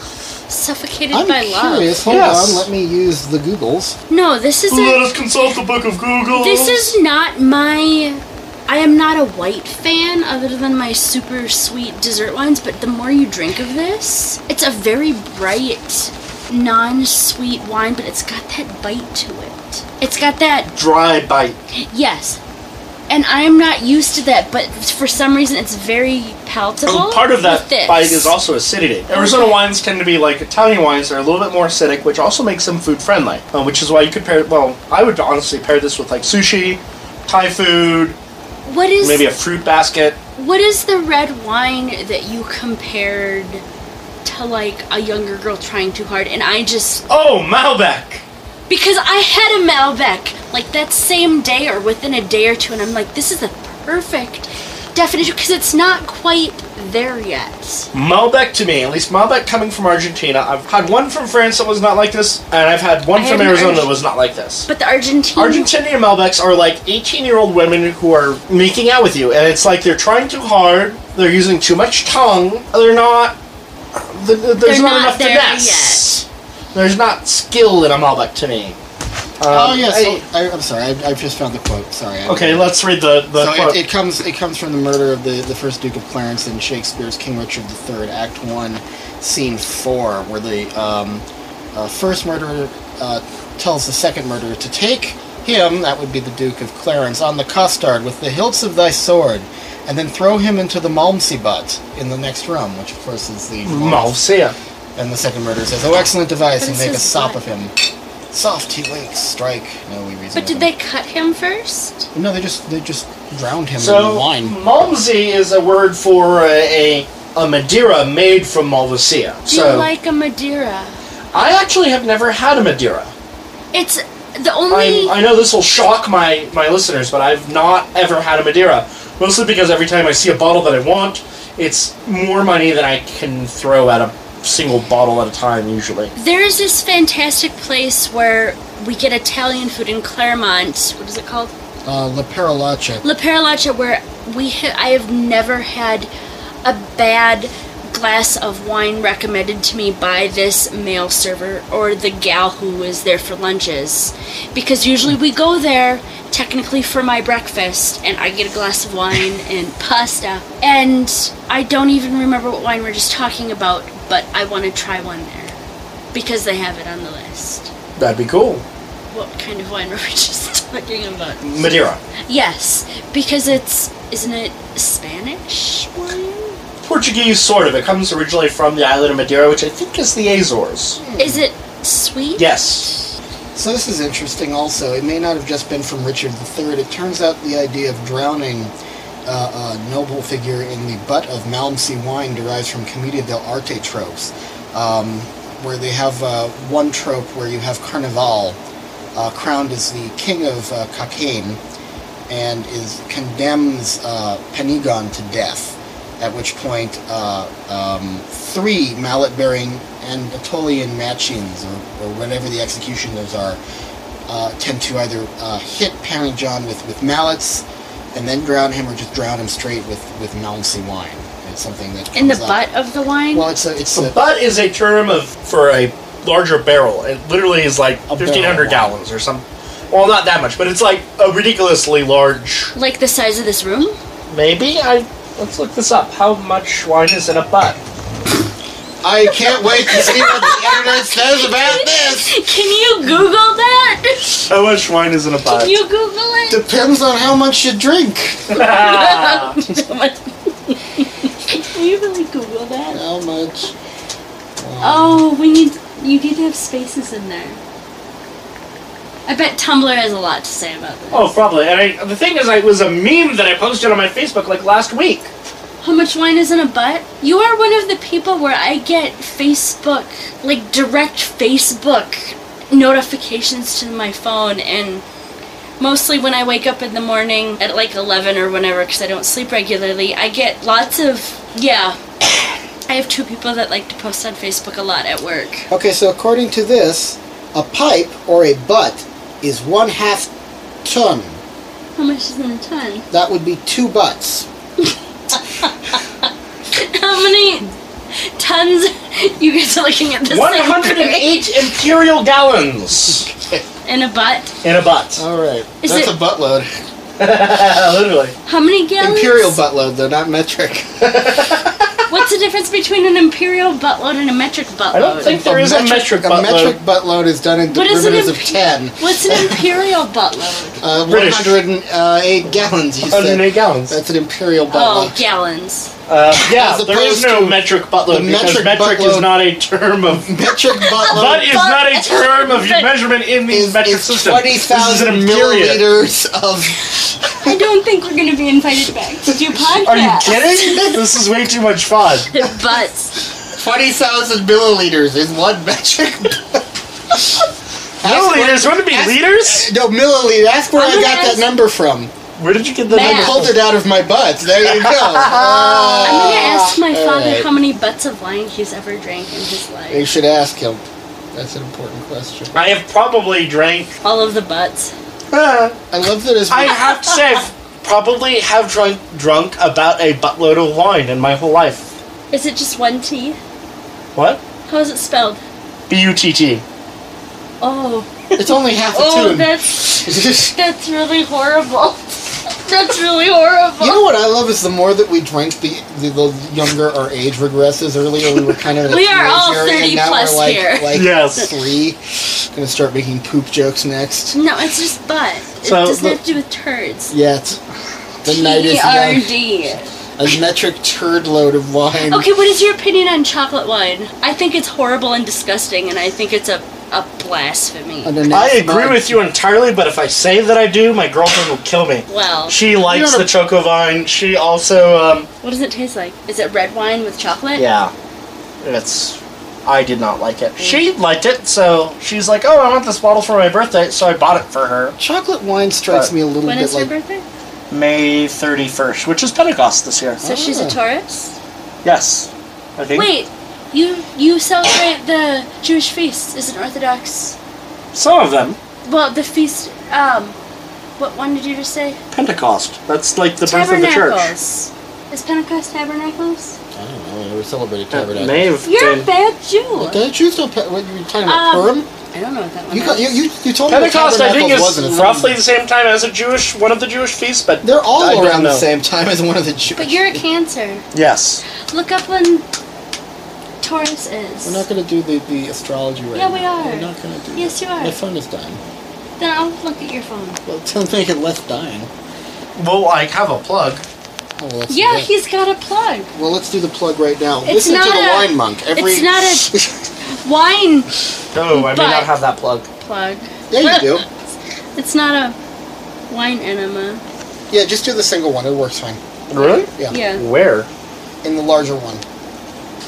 Speaker 4: suffocated
Speaker 3: I'm
Speaker 4: by
Speaker 3: curious. Hold
Speaker 2: Yes.
Speaker 3: on, let me use the Googles.
Speaker 4: love. No, this is
Speaker 2: let
Speaker 4: a,
Speaker 2: us consult the Book of Google.
Speaker 4: this is not my. I am not a white fan, other than my super sweet dessert wines. But the more you drink of this, it's a very bright, non-sweet wine, but it's got that bite to it. It's got that
Speaker 2: dry bite.
Speaker 4: Yes. and I'm not used to that, but for some reason it's very palatable.
Speaker 2: And Oh, part of that
Speaker 4: with this.
Speaker 2: bite is also acidity. Arizona wines tend to be like Italian wines; they're a little bit more acidic, which also makes them food friendly. Uh, which is why you could pair. Well, I would honestly pair this with like sushi, Thai food,
Speaker 4: What is
Speaker 2: maybe a fruit basket.
Speaker 4: what is the red wine that you compared to like a younger girl trying too hard? And I just
Speaker 2: Oh, Malbec.
Speaker 4: because I had a Malbec like that same day or within a day or two, and I'm like, this is the perfect definition because it's not quite there yet.
Speaker 2: Malbec to me, at least Malbec coming from Argentina. I've had one from France that was not like this, and I've had one
Speaker 4: I
Speaker 2: from
Speaker 4: had an
Speaker 2: Arizona that
Speaker 4: Arge-
Speaker 2: was not like this.
Speaker 4: But the Argentine,
Speaker 2: Argentinian Malbecs are like 18 year old women who are making out with you, and it's like they're trying too hard, they're using too much tongue, they're not. th- th- There's
Speaker 4: They're
Speaker 2: not,
Speaker 4: not
Speaker 2: enough
Speaker 4: there
Speaker 2: finesse. There's not skill in a Malbec to me.
Speaker 3: oh
Speaker 2: Um,
Speaker 3: yeah,
Speaker 2: I-
Speaker 3: so, I, I'm sorry. I, I've just found the quote. Sorry. I-
Speaker 2: okay, let's read the, the
Speaker 3: So
Speaker 2: quote.
Speaker 3: it, it comes it comes from the murder of the, the first Duke of Clarence in Shakespeare's King Richard III, Act One, Scene Four, where the um, uh, first murderer uh, tells the second murderer to take him, that would be the Duke of Clarence, on the costard with the hilts of thy sword, and then throw him into the Malmsey butt in the next room, which of course is the
Speaker 2: Malvsia.
Speaker 3: and the second murderer says, "Oh, excellent device!"
Speaker 4: But
Speaker 3: and
Speaker 4: it
Speaker 3: make a
Speaker 4: says
Speaker 3: sop
Speaker 4: what?
Speaker 3: of him. Soft he wakes, strike. No, we reason.
Speaker 4: but
Speaker 3: with
Speaker 4: did
Speaker 3: him.
Speaker 4: they cut him first?
Speaker 3: No, they just they just drowned him in
Speaker 2: So,
Speaker 3: wine.
Speaker 2: Malmsey is a word for a, a, a Madeira made from Malvasia.
Speaker 4: Do
Speaker 2: so,
Speaker 4: you like a Madeira?
Speaker 2: I actually have never had a Madeira.
Speaker 4: It's the only.
Speaker 2: I'm, I know this will shock my, my listeners, but I've not ever had a Madeira. Mostly because every time I see a bottle that I want, it's more money than I can throw at a single bottle at a time, usually.
Speaker 4: there is this fantastic place where we get Italian food in Claremont. What is it called?
Speaker 3: Uh, La Paralacha.
Speaker 4: La Paralaccia, where we ha- I have never had a bad glass of wine recommended to me by this male server or the gal who was there for lunches. Because usually we go there technically for my breakfast and I get a glass of wine and pasta. And I don't even remember what wine we're just talking about, but I want to try one there because they have it on the list.
Speaker 2: That'd be cool.
Speaker 4: What kind of wine were we just <laughs> talking about?
Speaker 2: Madeira.
Speaker 4: Yes, because it's isn't it Spanish wine?
Speaker 2: Portuguese, sort of. It comes originally from the island of Madeira, which I think is the Azores.
Speaker 4: Is it sweet?
Speaker 2: Yes.
Speaker 3: So this is interesting. Also, it may not have just been from Richard III. It turns out the idea of drowning uh, a noble figure in the butt of Malmsey wine derives from Commedia dell'arte tropes, um, where they have uh, one trope where you have Carnival uh, crowned as the king of uh, cocaine and is condemns uh, Panigon to death. At which point, uh, um, three mallet-bearing Anatolian machins, or, or whatever the executioners are, uh, tend to either uh, hit Panigon with, with mallets and then drown him, or just drown him straight with with Malmsey wine. It's something that
Speaker 4: In the
Speaker 3: comes up.
Speaker 4: butt of the wine?
Speaker 3: Well, it's a
Speaker 2: <laughs>
Speaker 3: it's
Speaker 2: So
Speaker 3: a
Speaker 2: butt is a term of for a larger barrel. It literally is like
Speaker 3: A barrel.
Speaker 2: 1,500 gallons or some. Well, not that much, but it's like a ridiculously large
Speaker 4: like the size of this room?
Speaker 2: Maybe I. Let's look this up. How much wine is in a butt?
Speaker 3: I can't wait to see what the internet says about this.
Speaker 4: <laughs> Can you Google that?
Speaker 2: How much wine is in a
Speaker 4: Can
Speaker 2: <laughs>
Speaker 4: you Google <laughs> it?
Speaker 3: Depends on how much you drink.
Speaker 4: Oh, <laughs> Can you really Google that?
Speaker 3: How much?
Speaker 4: Oh, we need you need to have spaces in there. I bet Tumblr has a lot to say about that.
Speaker 2: oh, probably. And I, the thing is, I, it was a meme that I posted on my Facebook like last week.
Speaker 4: How much wine is in a butt? You are one of the people where I get Facebook, like direct Facebook notifications to my phone, and mostly when I wake up in the morning at like 11 or whenever, because I don't sleep regularly, I get lots of, yeah. I have two people that like to post on Facebook a lot at work.
Speaker 3: Okay, so according to this, a pipe or a butt is one half ton.
Speaker 4: How much is in a ton?
Speaker 3: That would be two butts.
Speaker 4: <laughs> How many tons? <laughs> You guys are looking at this thing
Speaker 2: 108 imperial gallons
Speaker 4: in a butt.
Speaker 2: in a butt.
Speaker 3: All right,
Speaker 4: Is
Speaker 3: that's
Speaker 4: it-
Speaker 3: a buttload.
Speaker 2: literally.
Speaker 4: How many gallons?
Speaker 3: Imperial buttload, though not metric.
Speaker 4: What's the difference between an imperial buttload and a metric buttload?
Speaker 2: I don't think there is Uh, a metric,
Speaker 3: a metric buttload is done in
Speaker 4: What is an
Speaker 3: derivatives of
Speaker 4: imp-
Speaker 3: ten.
Speaker 4: What's an imperial buttload?
Speaker 3: Uh,
Speaker 2: British.
Speaker 3: 108 uh, gallons, you said.
Speaker 2: 108 gallons.
Speaker 3: That's an imperial buttload.
Speaker 4: Oh, gallons.
Speaker 2: Uh, yeah,
Speaker 3: As
Speaker 2: there is
Speaker 3: opposed
Speaker 2: no
Speaker 3: to
Speaker 2: metric buttload
Speaker 3: the
Speaker 2: because
Speaker 3: metric
Speaker 2: metric, is
Speaker 3: buttload-
Speaker 2: not a term of.
Speaker 3: Metric
Speaker 2: That
Speaker 3: buttload
Speaker 2: is not a term of
Speaker 4: But-
Speaker 2: measurement in the
Speaker 3: is,
Speaker 2: metric
Speaker 3: is
Speaker 2: system. This is
Speaker 3: 20,000
Speaker 2: an imperial.
Speaker 3: milliliters of...
Speaker 4: I don't think we're going to be
Speaker 3: <laughs>
Speaker 4: invited back to do podcast.
Speaker 2: Are you kidding? this is way too much fun.
Speaker 4: <laughs> But
Speaker 3: 20,000 milliliters is
Speaker 2: <laughs>
Speaker 3: one metric...
Speaker 2: Milliliters? Wouldn't it be
Speaker 3: That's-
Speaker 2: liters?
Speaker 3: No, milliliter. That's where
Speaker 4: I'm
Speaker 3: I
Speaker 4: gonna
Speaker 3: got that
Speaker 4: ask-
Speaker 3: number from.
Speaker 2: Where did you get the
Speaker 4: Math.
Speaker 2: number?
Speaker 3: Pulled it out of my butt. There
Speaker 4: <laughs>
Speaker 3: you go.
Speaker 4: I'm
Speaker 3: Ah.
Speaker 4: going to ask my father
Speaker 3: Alright.
Speaker 4: how many butts of wine he's ever drank in his
Speaker 3: You
Speaker 4: life.
Speaker 3: should ask him. That's an important question.
Speaker 2: I have probably drank.
Speaker 4: All of the butts.
Speaker 3: I love that as
Speaker 2: I have to say, I've probably have drunk drunk about a buttload of wine in my whole life.
Speaker 4: Is it just one T?
Speaker 2: What?
Speaker 4: How is it spelled?
Speaker 2: B U T T.
Speaker 4: Oh.
Speaker 3: it's only half a
Speaker 4: Oh,
Speaker 3: tune.
Speaker 4: that's that's really horrible. <laughs> That's really
Speaker 3: <laughs>
Speaker 4: horrible.
Speaker 3: You know what I love is the more that we drink, the the, the younger our age regresses. Earlier we were kind of in a
Speaker 4: We are all
Speaker 3: teenage area,
Speaker 4: 30
Speaker 3: and now
Speaker 4: plus
Speaker 3: we're like,
Speaker 4: here.
Speaker 3: Like
Speaker 2: Yes.
Speaker 3: three. Gonna start making poop jokes next.
Speaker 4: No, it's just butt. It
Speaker 2: So,
Speaker 4: doesn't
Speaker 2: look-
Speaker 4: have to do with turds.
Speaker 3: Yeah, it's, the night is young.
Speaker 4: TRD.
Speaker 3: A metric turd load of wine.
Speaker 4: Okay, what is your opinion on chocolate wine? I think it's horrible and disgusting, and I think it's a, a blasphemy.
Speaker 3: on the next
Speaker 2: I agree
Speaker 3: mug.
Speaker 2: with you entirely, but if I say that I do, my girlfriend will kill me.
Speaker 4: Well,
Speaker 2: She likes
Speaker 3: You're
Speaker 2: the
Speaker 3: not
Speaker 2: choco vine. She also, um,
Speaker 4: what does it taste like? Is it red wine with chocolate?
Speaker 2: yeah, it's. I did not like it. She liked it, so she's like, "Oh, I want this bottle for my birthday," so I bought it for her.
Speaker 3: Chocolate wine strikes
Speaker 2: Uh,
Speaker 3: me a little
Speaker 4: When
Speaker 3: bit
Speaker 4: is her
Speaker 3: like
Speaker 4: birthday?
Speaker 2: May thirty first, which is Pentecost this year.
Speaker 4: So she's a
Speaker 3: Ah.
Speaker 4: Taurus?
Speaker 2: Yes. I think
Speaker 4: Wait, you you celebrate the Jewish feast. Is it Orthodox?
Speaker 2: some of them
Speaker 4: Well, the feast, um, what one did you just say?
Speaker 2: Pentecost. That's like the birth of the church.
Speaker 4: Tabernacles. Is Pentecost Tabernacles?
Speaker 3: I don't know. They were celebrating
Speaker 2: That
Speaker 3: tabernacles.
Speaker 2: Uh, may have
Speaker 4: You're a
Speaker 2: been.
Speaker 4: bad Jew.
Speaker 3: Did I choose no? Pe- what, you were talking about
Speaker 4: Um,
Speaker 3: Purim?
Speaker 4: I don't know what that one
Speaker 3: You, got- you,
Speaker 4: is.
Speaker 3: you, you told
Speaker 2: Pentecost,
Speaker 3: me
Speaker 2: I
Speaker 3: the
Speaker 2: think,
Speaker 3: Tabernacles wasn't.
Speaker 2: is
Speaker 3: It's
Speaker 2: roughly the same time as a Jewish one of the Jewish feasts, but
Speaker 3: They're all
Speaker 2: I don't
Speaker 3: around the
Speaker 2: know.
Speaker 3: same time as one of the Jews.
Speaker 4: But you're a Cancer.
Speaker 2: Yes.
Speaker 4: Look up when Taurus is.
Speaker 3: We're not going to do the, the astrology right
Speaker 4: Yeah,
Speaker 3: now.
Speaker 4: we are.
Speaker 3: We're not going to do
Speaker 4: Yes,
Speaker 3: that.
Speaker 4: you are.
Speaker 3: My phone is dying.
Speaker 4: Then I'll look at your phone.
Speaker 3: Well, to make it less dying.
Speaker 2: Well, I have a plug.
Speaker 3: Oh, well, let's
Speaker 4: Yeah,
Speaker 3: do that.
Speaker 4: he's got a plug.
Speaker 3: Well, let's do the plug right now.
Speaker 4: It's
Speaker 3: Listen
Speaker 4: not
Speaker 3: to the
Speaker 4: a-
Speaker 3: wine monk. Every...
Speaker 4: It's not a wine
Speaker 2: No, Oh, I may
Speaker 4: But-
Speaker 2: not have that plug.
Speaker 4: plug.
Speaker 3: <laughs> yeah, you do.
Speaker 4: It's not a wine enema.
Speaker 3: Yeah, just do the single one. It works fine.
Speaker 2: Really?
Speaker 3: Yeah.
Speaker 4: Yeah.
Speaker 2: Where?
Speaker 3: In the larger one.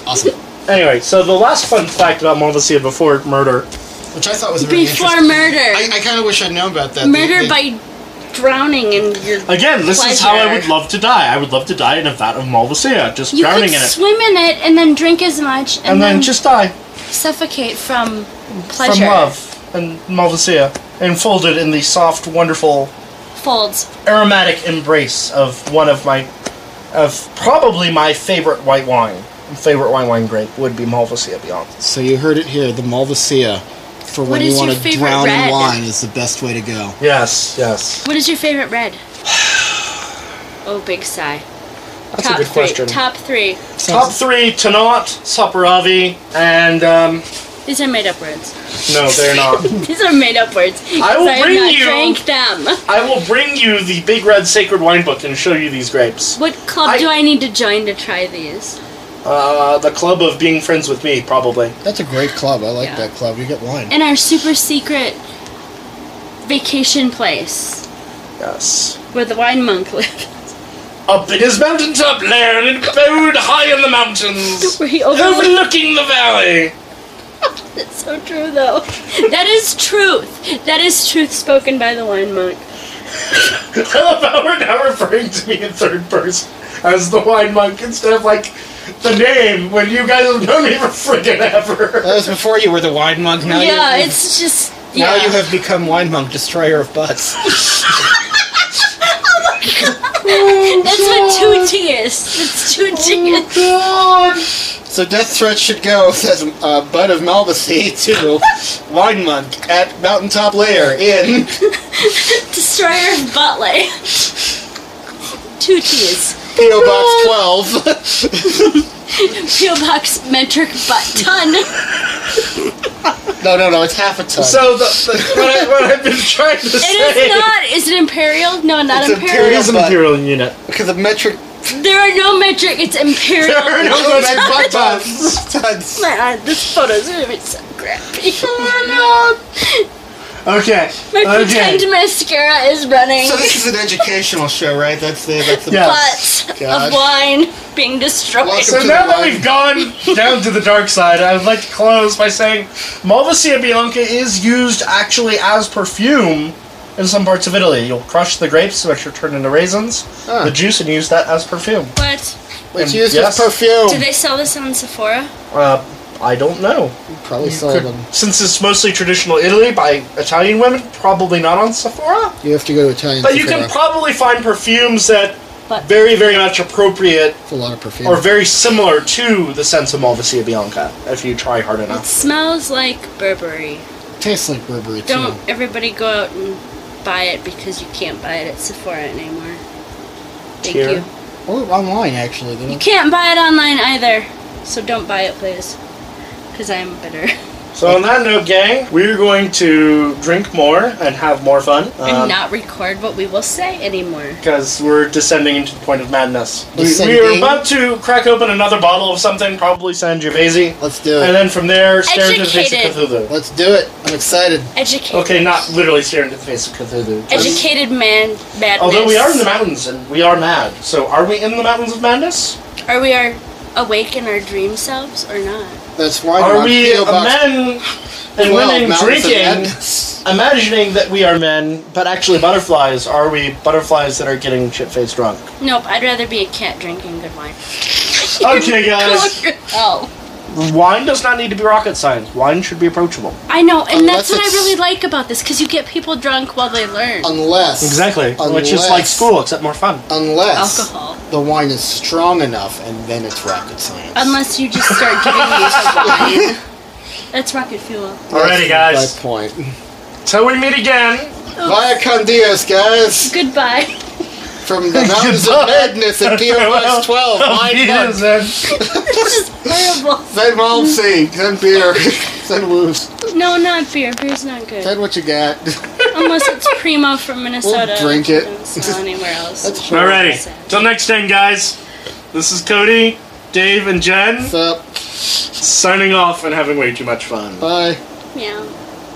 Speaker 3: Awesome.
Speaker 2: Anyway, so the last fun fact about Malvasia before murder.
Speaker 3: Which I thought was very
Speaker 4: Before
Speaker 3: interesting.
Speaker 4: murder.
Speaker 3: I, I kind of wish I'd known about that. They-
Speaker 4: Murder
Speaker 3: they-
Speaker 4: by drowning in your.
Speaker 2: Again, this is how I
Speaker 4: Pleasure.
Speaker 2: would love to die. I would love to die in a vat of Malvasia, just
Speaker 4: You
Speaker 2: drowning
Speaker 4: could
Speaker 2: in it.
Speaker 4: swim in it and then drink as much and,
Speaker 2: And then just die
Speaker 4: suffocate from pleasure.
Speaker 2: from love and Malvasia, enfolded in the soft, wonderful
Speaker 4: Folds.
Speaker 2: aromatic embrace of one of my, of probably my favorite white wine. Favorite white wine grape would be Malvasia Beyond.
Speaker 3: So you heard it here. The Malvasia for when
Speaker 4: What
Speaker 3: you
Speaker 4: is
Speaker 3: want
Speaker 4: your
Speaker 3: to
Speaker 4: favorite
Speaker 3: drown
Speaker 4: red?
Speaker 3: in wine is the best way to go.
Speaker 2: Yes, yes.
Speaker 4: What is your favorite red? <sighs> Oh, big sigh.
Speaker 2: That's
Speaker 4: Top
Speaker 2: a good
Speaker 4: three.
Speaker 2: question.
Speaker 4: Top three.
Speaker 2: Top three: Tanat, Saparavi, and um,
Speaker 4: These are made up words.
Speaker 2: no, they're not.
Speaker 4: <laughs> These are made up words. 'cause
Speaker 2: I will
Speaker 4: have
Speaker 2: bring
Speaker 4: not
Speaker 2: you-
Speaker 4: drank them.
Speaker 2: I will bring you the Big Red Sacred Wine Book and show you these grapes.
Speaker 4: What club
Speaker 2: I-
Speaker 4: do I need to join to try these?
Speaker 2: Uh, the club of being friends with me, probably.
Speaker 3: That's a great club. I like
Speaker 4: Yeah.
Speaker 3: that club. You get wine.
Speaker 4: In our super secret vacation place
Speaker 2: Yes.
Speaker 4: where the wine monk <laughs> lives,
Speaker 2: Up in his mountaintop lair and abode high in the <laughs> mountains,
Speaker 4: where he overlooks.
Speaker 2: overlooking the valley.
Speaker 4: That's so true, though. <laughs> That is truth. That is truth spoken by the wine monk.
Speaker 2: I love how we're now referring to me in third person as the wine monk instead of like the name when you guys have known me for friggin' ever.
Speaker 3: That was before you were the wine monk. Now
Speaker 4: yeah,
Speaker 3: you,
Speaker 4: it's just.
Speaker 3: now
Speaker 4: Yeah.
Speaker 3: you have become wine monk, destroyer of butts.
Speaker 4: That's what two T is. That's two T. is.
Speaker 3: so death threat should go <laughs> says uh, Bud of Malvacy to wine monk at Mountaintop Lair in.
Speaker 4: Destroyer of Butley. <laughs> Two T's.
Speaker 2: <laughs>
Speaker 3: PO Box 12.
Speaker 4: P.O. Box metric butt ton.
Speaker 3: <laughs>
Speaker 4: <laughs>
Speaker 3: No, no, no. It's half a ton.
Speaker 2: So the, the, what, I, what I've been trying to say.
Speaker 4: It is not. Is it imperial? No, not
Speaker 3: It's
Speaker 4: imperial.
Speaker 2: It is an
Speaker 3: But-
Speaker 2: imperial unit.
Speaker 3: because
Speaker 2: <laughs>
Speaker 3: the metric
Speaker 4: There are no metric. It's imperial.
Speaker 2: There are no
Speaker 3: Oh,
Speaker 2: metric
Speaker 3: metric
Speaker 2: tons.
Speaker 3: tons.
Speaker 4: Man, this photo's gonna be so
Speaker 2: <laughs>
Speaker 4: crappy.
Speaker 2: Okay.
Speaker 4: My
Speaker 2: okay.
Speaker 4: pretend mascara is running.
Speaker 3: So this is an educational show, right? That's the that's the
Speaker 2: Yeah.
Speaker 4: Butts
Speaker 3: God.
Speaker 4: of wine being destroyed.
Speaker 2: So
Speaker 3: Welcome- to
Speaker 2: now
Speaker 3: the
Speaker 2: that
Speaker 3: line.
Speaker 2: we've
Speaker 3: <laughs>
Speaker 2: gone down to the dark side, I would like to close by saying Malvasia Bianca is used actually as perfume in some parts of Italy. You'll crush the grapes, which are turned into raisins,
Speaker 3: Huh.
Speaker 2: the juice, and use that as perfume.
Speaker 4: What?
Speaker 3: It's
Speaker 2: And
Speaker 3: used
Speaker 2: yes.
Speaker 3: as perfume.
Speaker 4: Do they sell this on Sephora?
Speaker 2: Uh, I don't know.
Speaker 3: Probably sold
Speaker 2: Could-
Speaker 3: them.
Speaker 2: since it's mostly traditional Italy by Italian women, probably not on Sephora.
Speaker 3: You have to go to Italian.
Speaker 2: But you can
Speaker 3: Sephora.
Speaker 2: probably find perfumes that
Speaker 4: But-
Speaker 2: very, very much appropriate
Speaker 3: It's a lot of perfume.
Speaker 2: or very similar to the sense of Malvasia Bianca if you try hard
Speaker 4: It
Speaker 2: enough.
Speaker 4: smells like Burberry.
Speaker 3: tastes like Burberry too.
Speaker 4: Don't
Speaker 2: Hmm.
Speaker 4: everybody go out and buy it because you can't buy it at Sephora anymore. Thank
Speaker 2: Here.
Speaker 4: you.
Speaker 3: Or online actually. They
Speaker 4: You
Speaker 3: don't-
Speaker 4: can't buy it online either, so don't buy it, please. Because I am <laughs> bitter.
Speaker 2: So on that note, gang, we're going to drink more and have more fun. um,
Speaker 4: and not record what we will say anymore.
Speaker 2: because we're descending into the point of madness. We, we are
Speaker 3: Descending?
Speaker 2: about to crack open another bottle of something, probably Sangiovese,
Speaker 3: Let's do
Speaker 2: and
Speaker 3: it.
Speaker 2: then from there, stare into the face of
Speaker 4: Educated.
Speaker 2: Cthulhu.
Speaker 3: Let's do it. I'm excited.
Speaker 4: Educated.
Speaker 2: Okay, not literally stare into the face of Cthulhu. just-
Speaker 4: Educated man madness.
Speaker 2: Although we are in the mountains and we are mad, so are we in the mountains of madness?
Speaker 4: Are we are awake in our dream selves or not?
Speaker 3: That's why
Speaker 2: Are
Speaker 3: my
Speaker 2: we
Speaker 3: PO Box
Speaker 4: <laughs>
Speaker 2: men and
Speaker 3: 12
Speaker 2: women
Speaker 3: Mountains of
Speaker 2: drinking,
Speaker 3: Madness.
Speaker 2: imagining that we are men, but actually butterflies? Are we butterflies that are getting shit faced drunk?
Speaker 4: Nope, I'd rather be a cat drinking good wine. <laughs>
Speaker 2: Okay, guys.
Speaker 4: Oh.
Speaker 2: Wine does not need to be rocket science. Wine should be approachable.
Speaker 4: I know, and
Speaker 3: Unless
Speaker 4: that's what I
Speaker 3: it's-
Speaker 4: really like about this, because you get people drunk while they learn.
Speaker 2: Um,
Speaker 3: Unless
Speaker 2: Which is like
Speaker 3: unless-
Speaker 2: school, except more fun.
Speaker 3: Unless
Speaker 4: Alcohol.
Speaker 3: the wine is strong enough, and then it's rocket science.
Speaker 4: Unless you just start giving
Speaker 2: <laughs>
Speaker 4: me some wine. That's rocket fuel.
Speaker 3: That's
Speaker 2: Alrighty, guys.
Speaker 3: My point.
Speaker 2: Till we meet again.
Speaker 3: Via con Dios, guys,
Speaker 4: Goodbye. <laughs>
Speaker 3: from
Speaker 2: <laughs>
Speaker 3: the mountains of madness at POS 12. Wine month.
Speaker 4: this is horrible.
Speaker 3: Send Malmsey. Send <laughs> beer. Send woos.
Speaker 4: No, not beer. Beer's not good.
Speaker 3: Send what you got.
Speaker 4: Unless it's Primo from Minnesota.
Speaker 3: drink it.
Speaker 4: It's not anywhere
Speaker 3: <laughs>
Speaker 4: else.
Speaker 3: That's horrible.
Speaker 2: Alrighty. Till next time, guys. This is Cody, Dave, and Jen
Speaker 3: What's up?
Speaker 2: signing off and having way too much fun.
Speaker 3: Bye.
Speaker 4: Meow.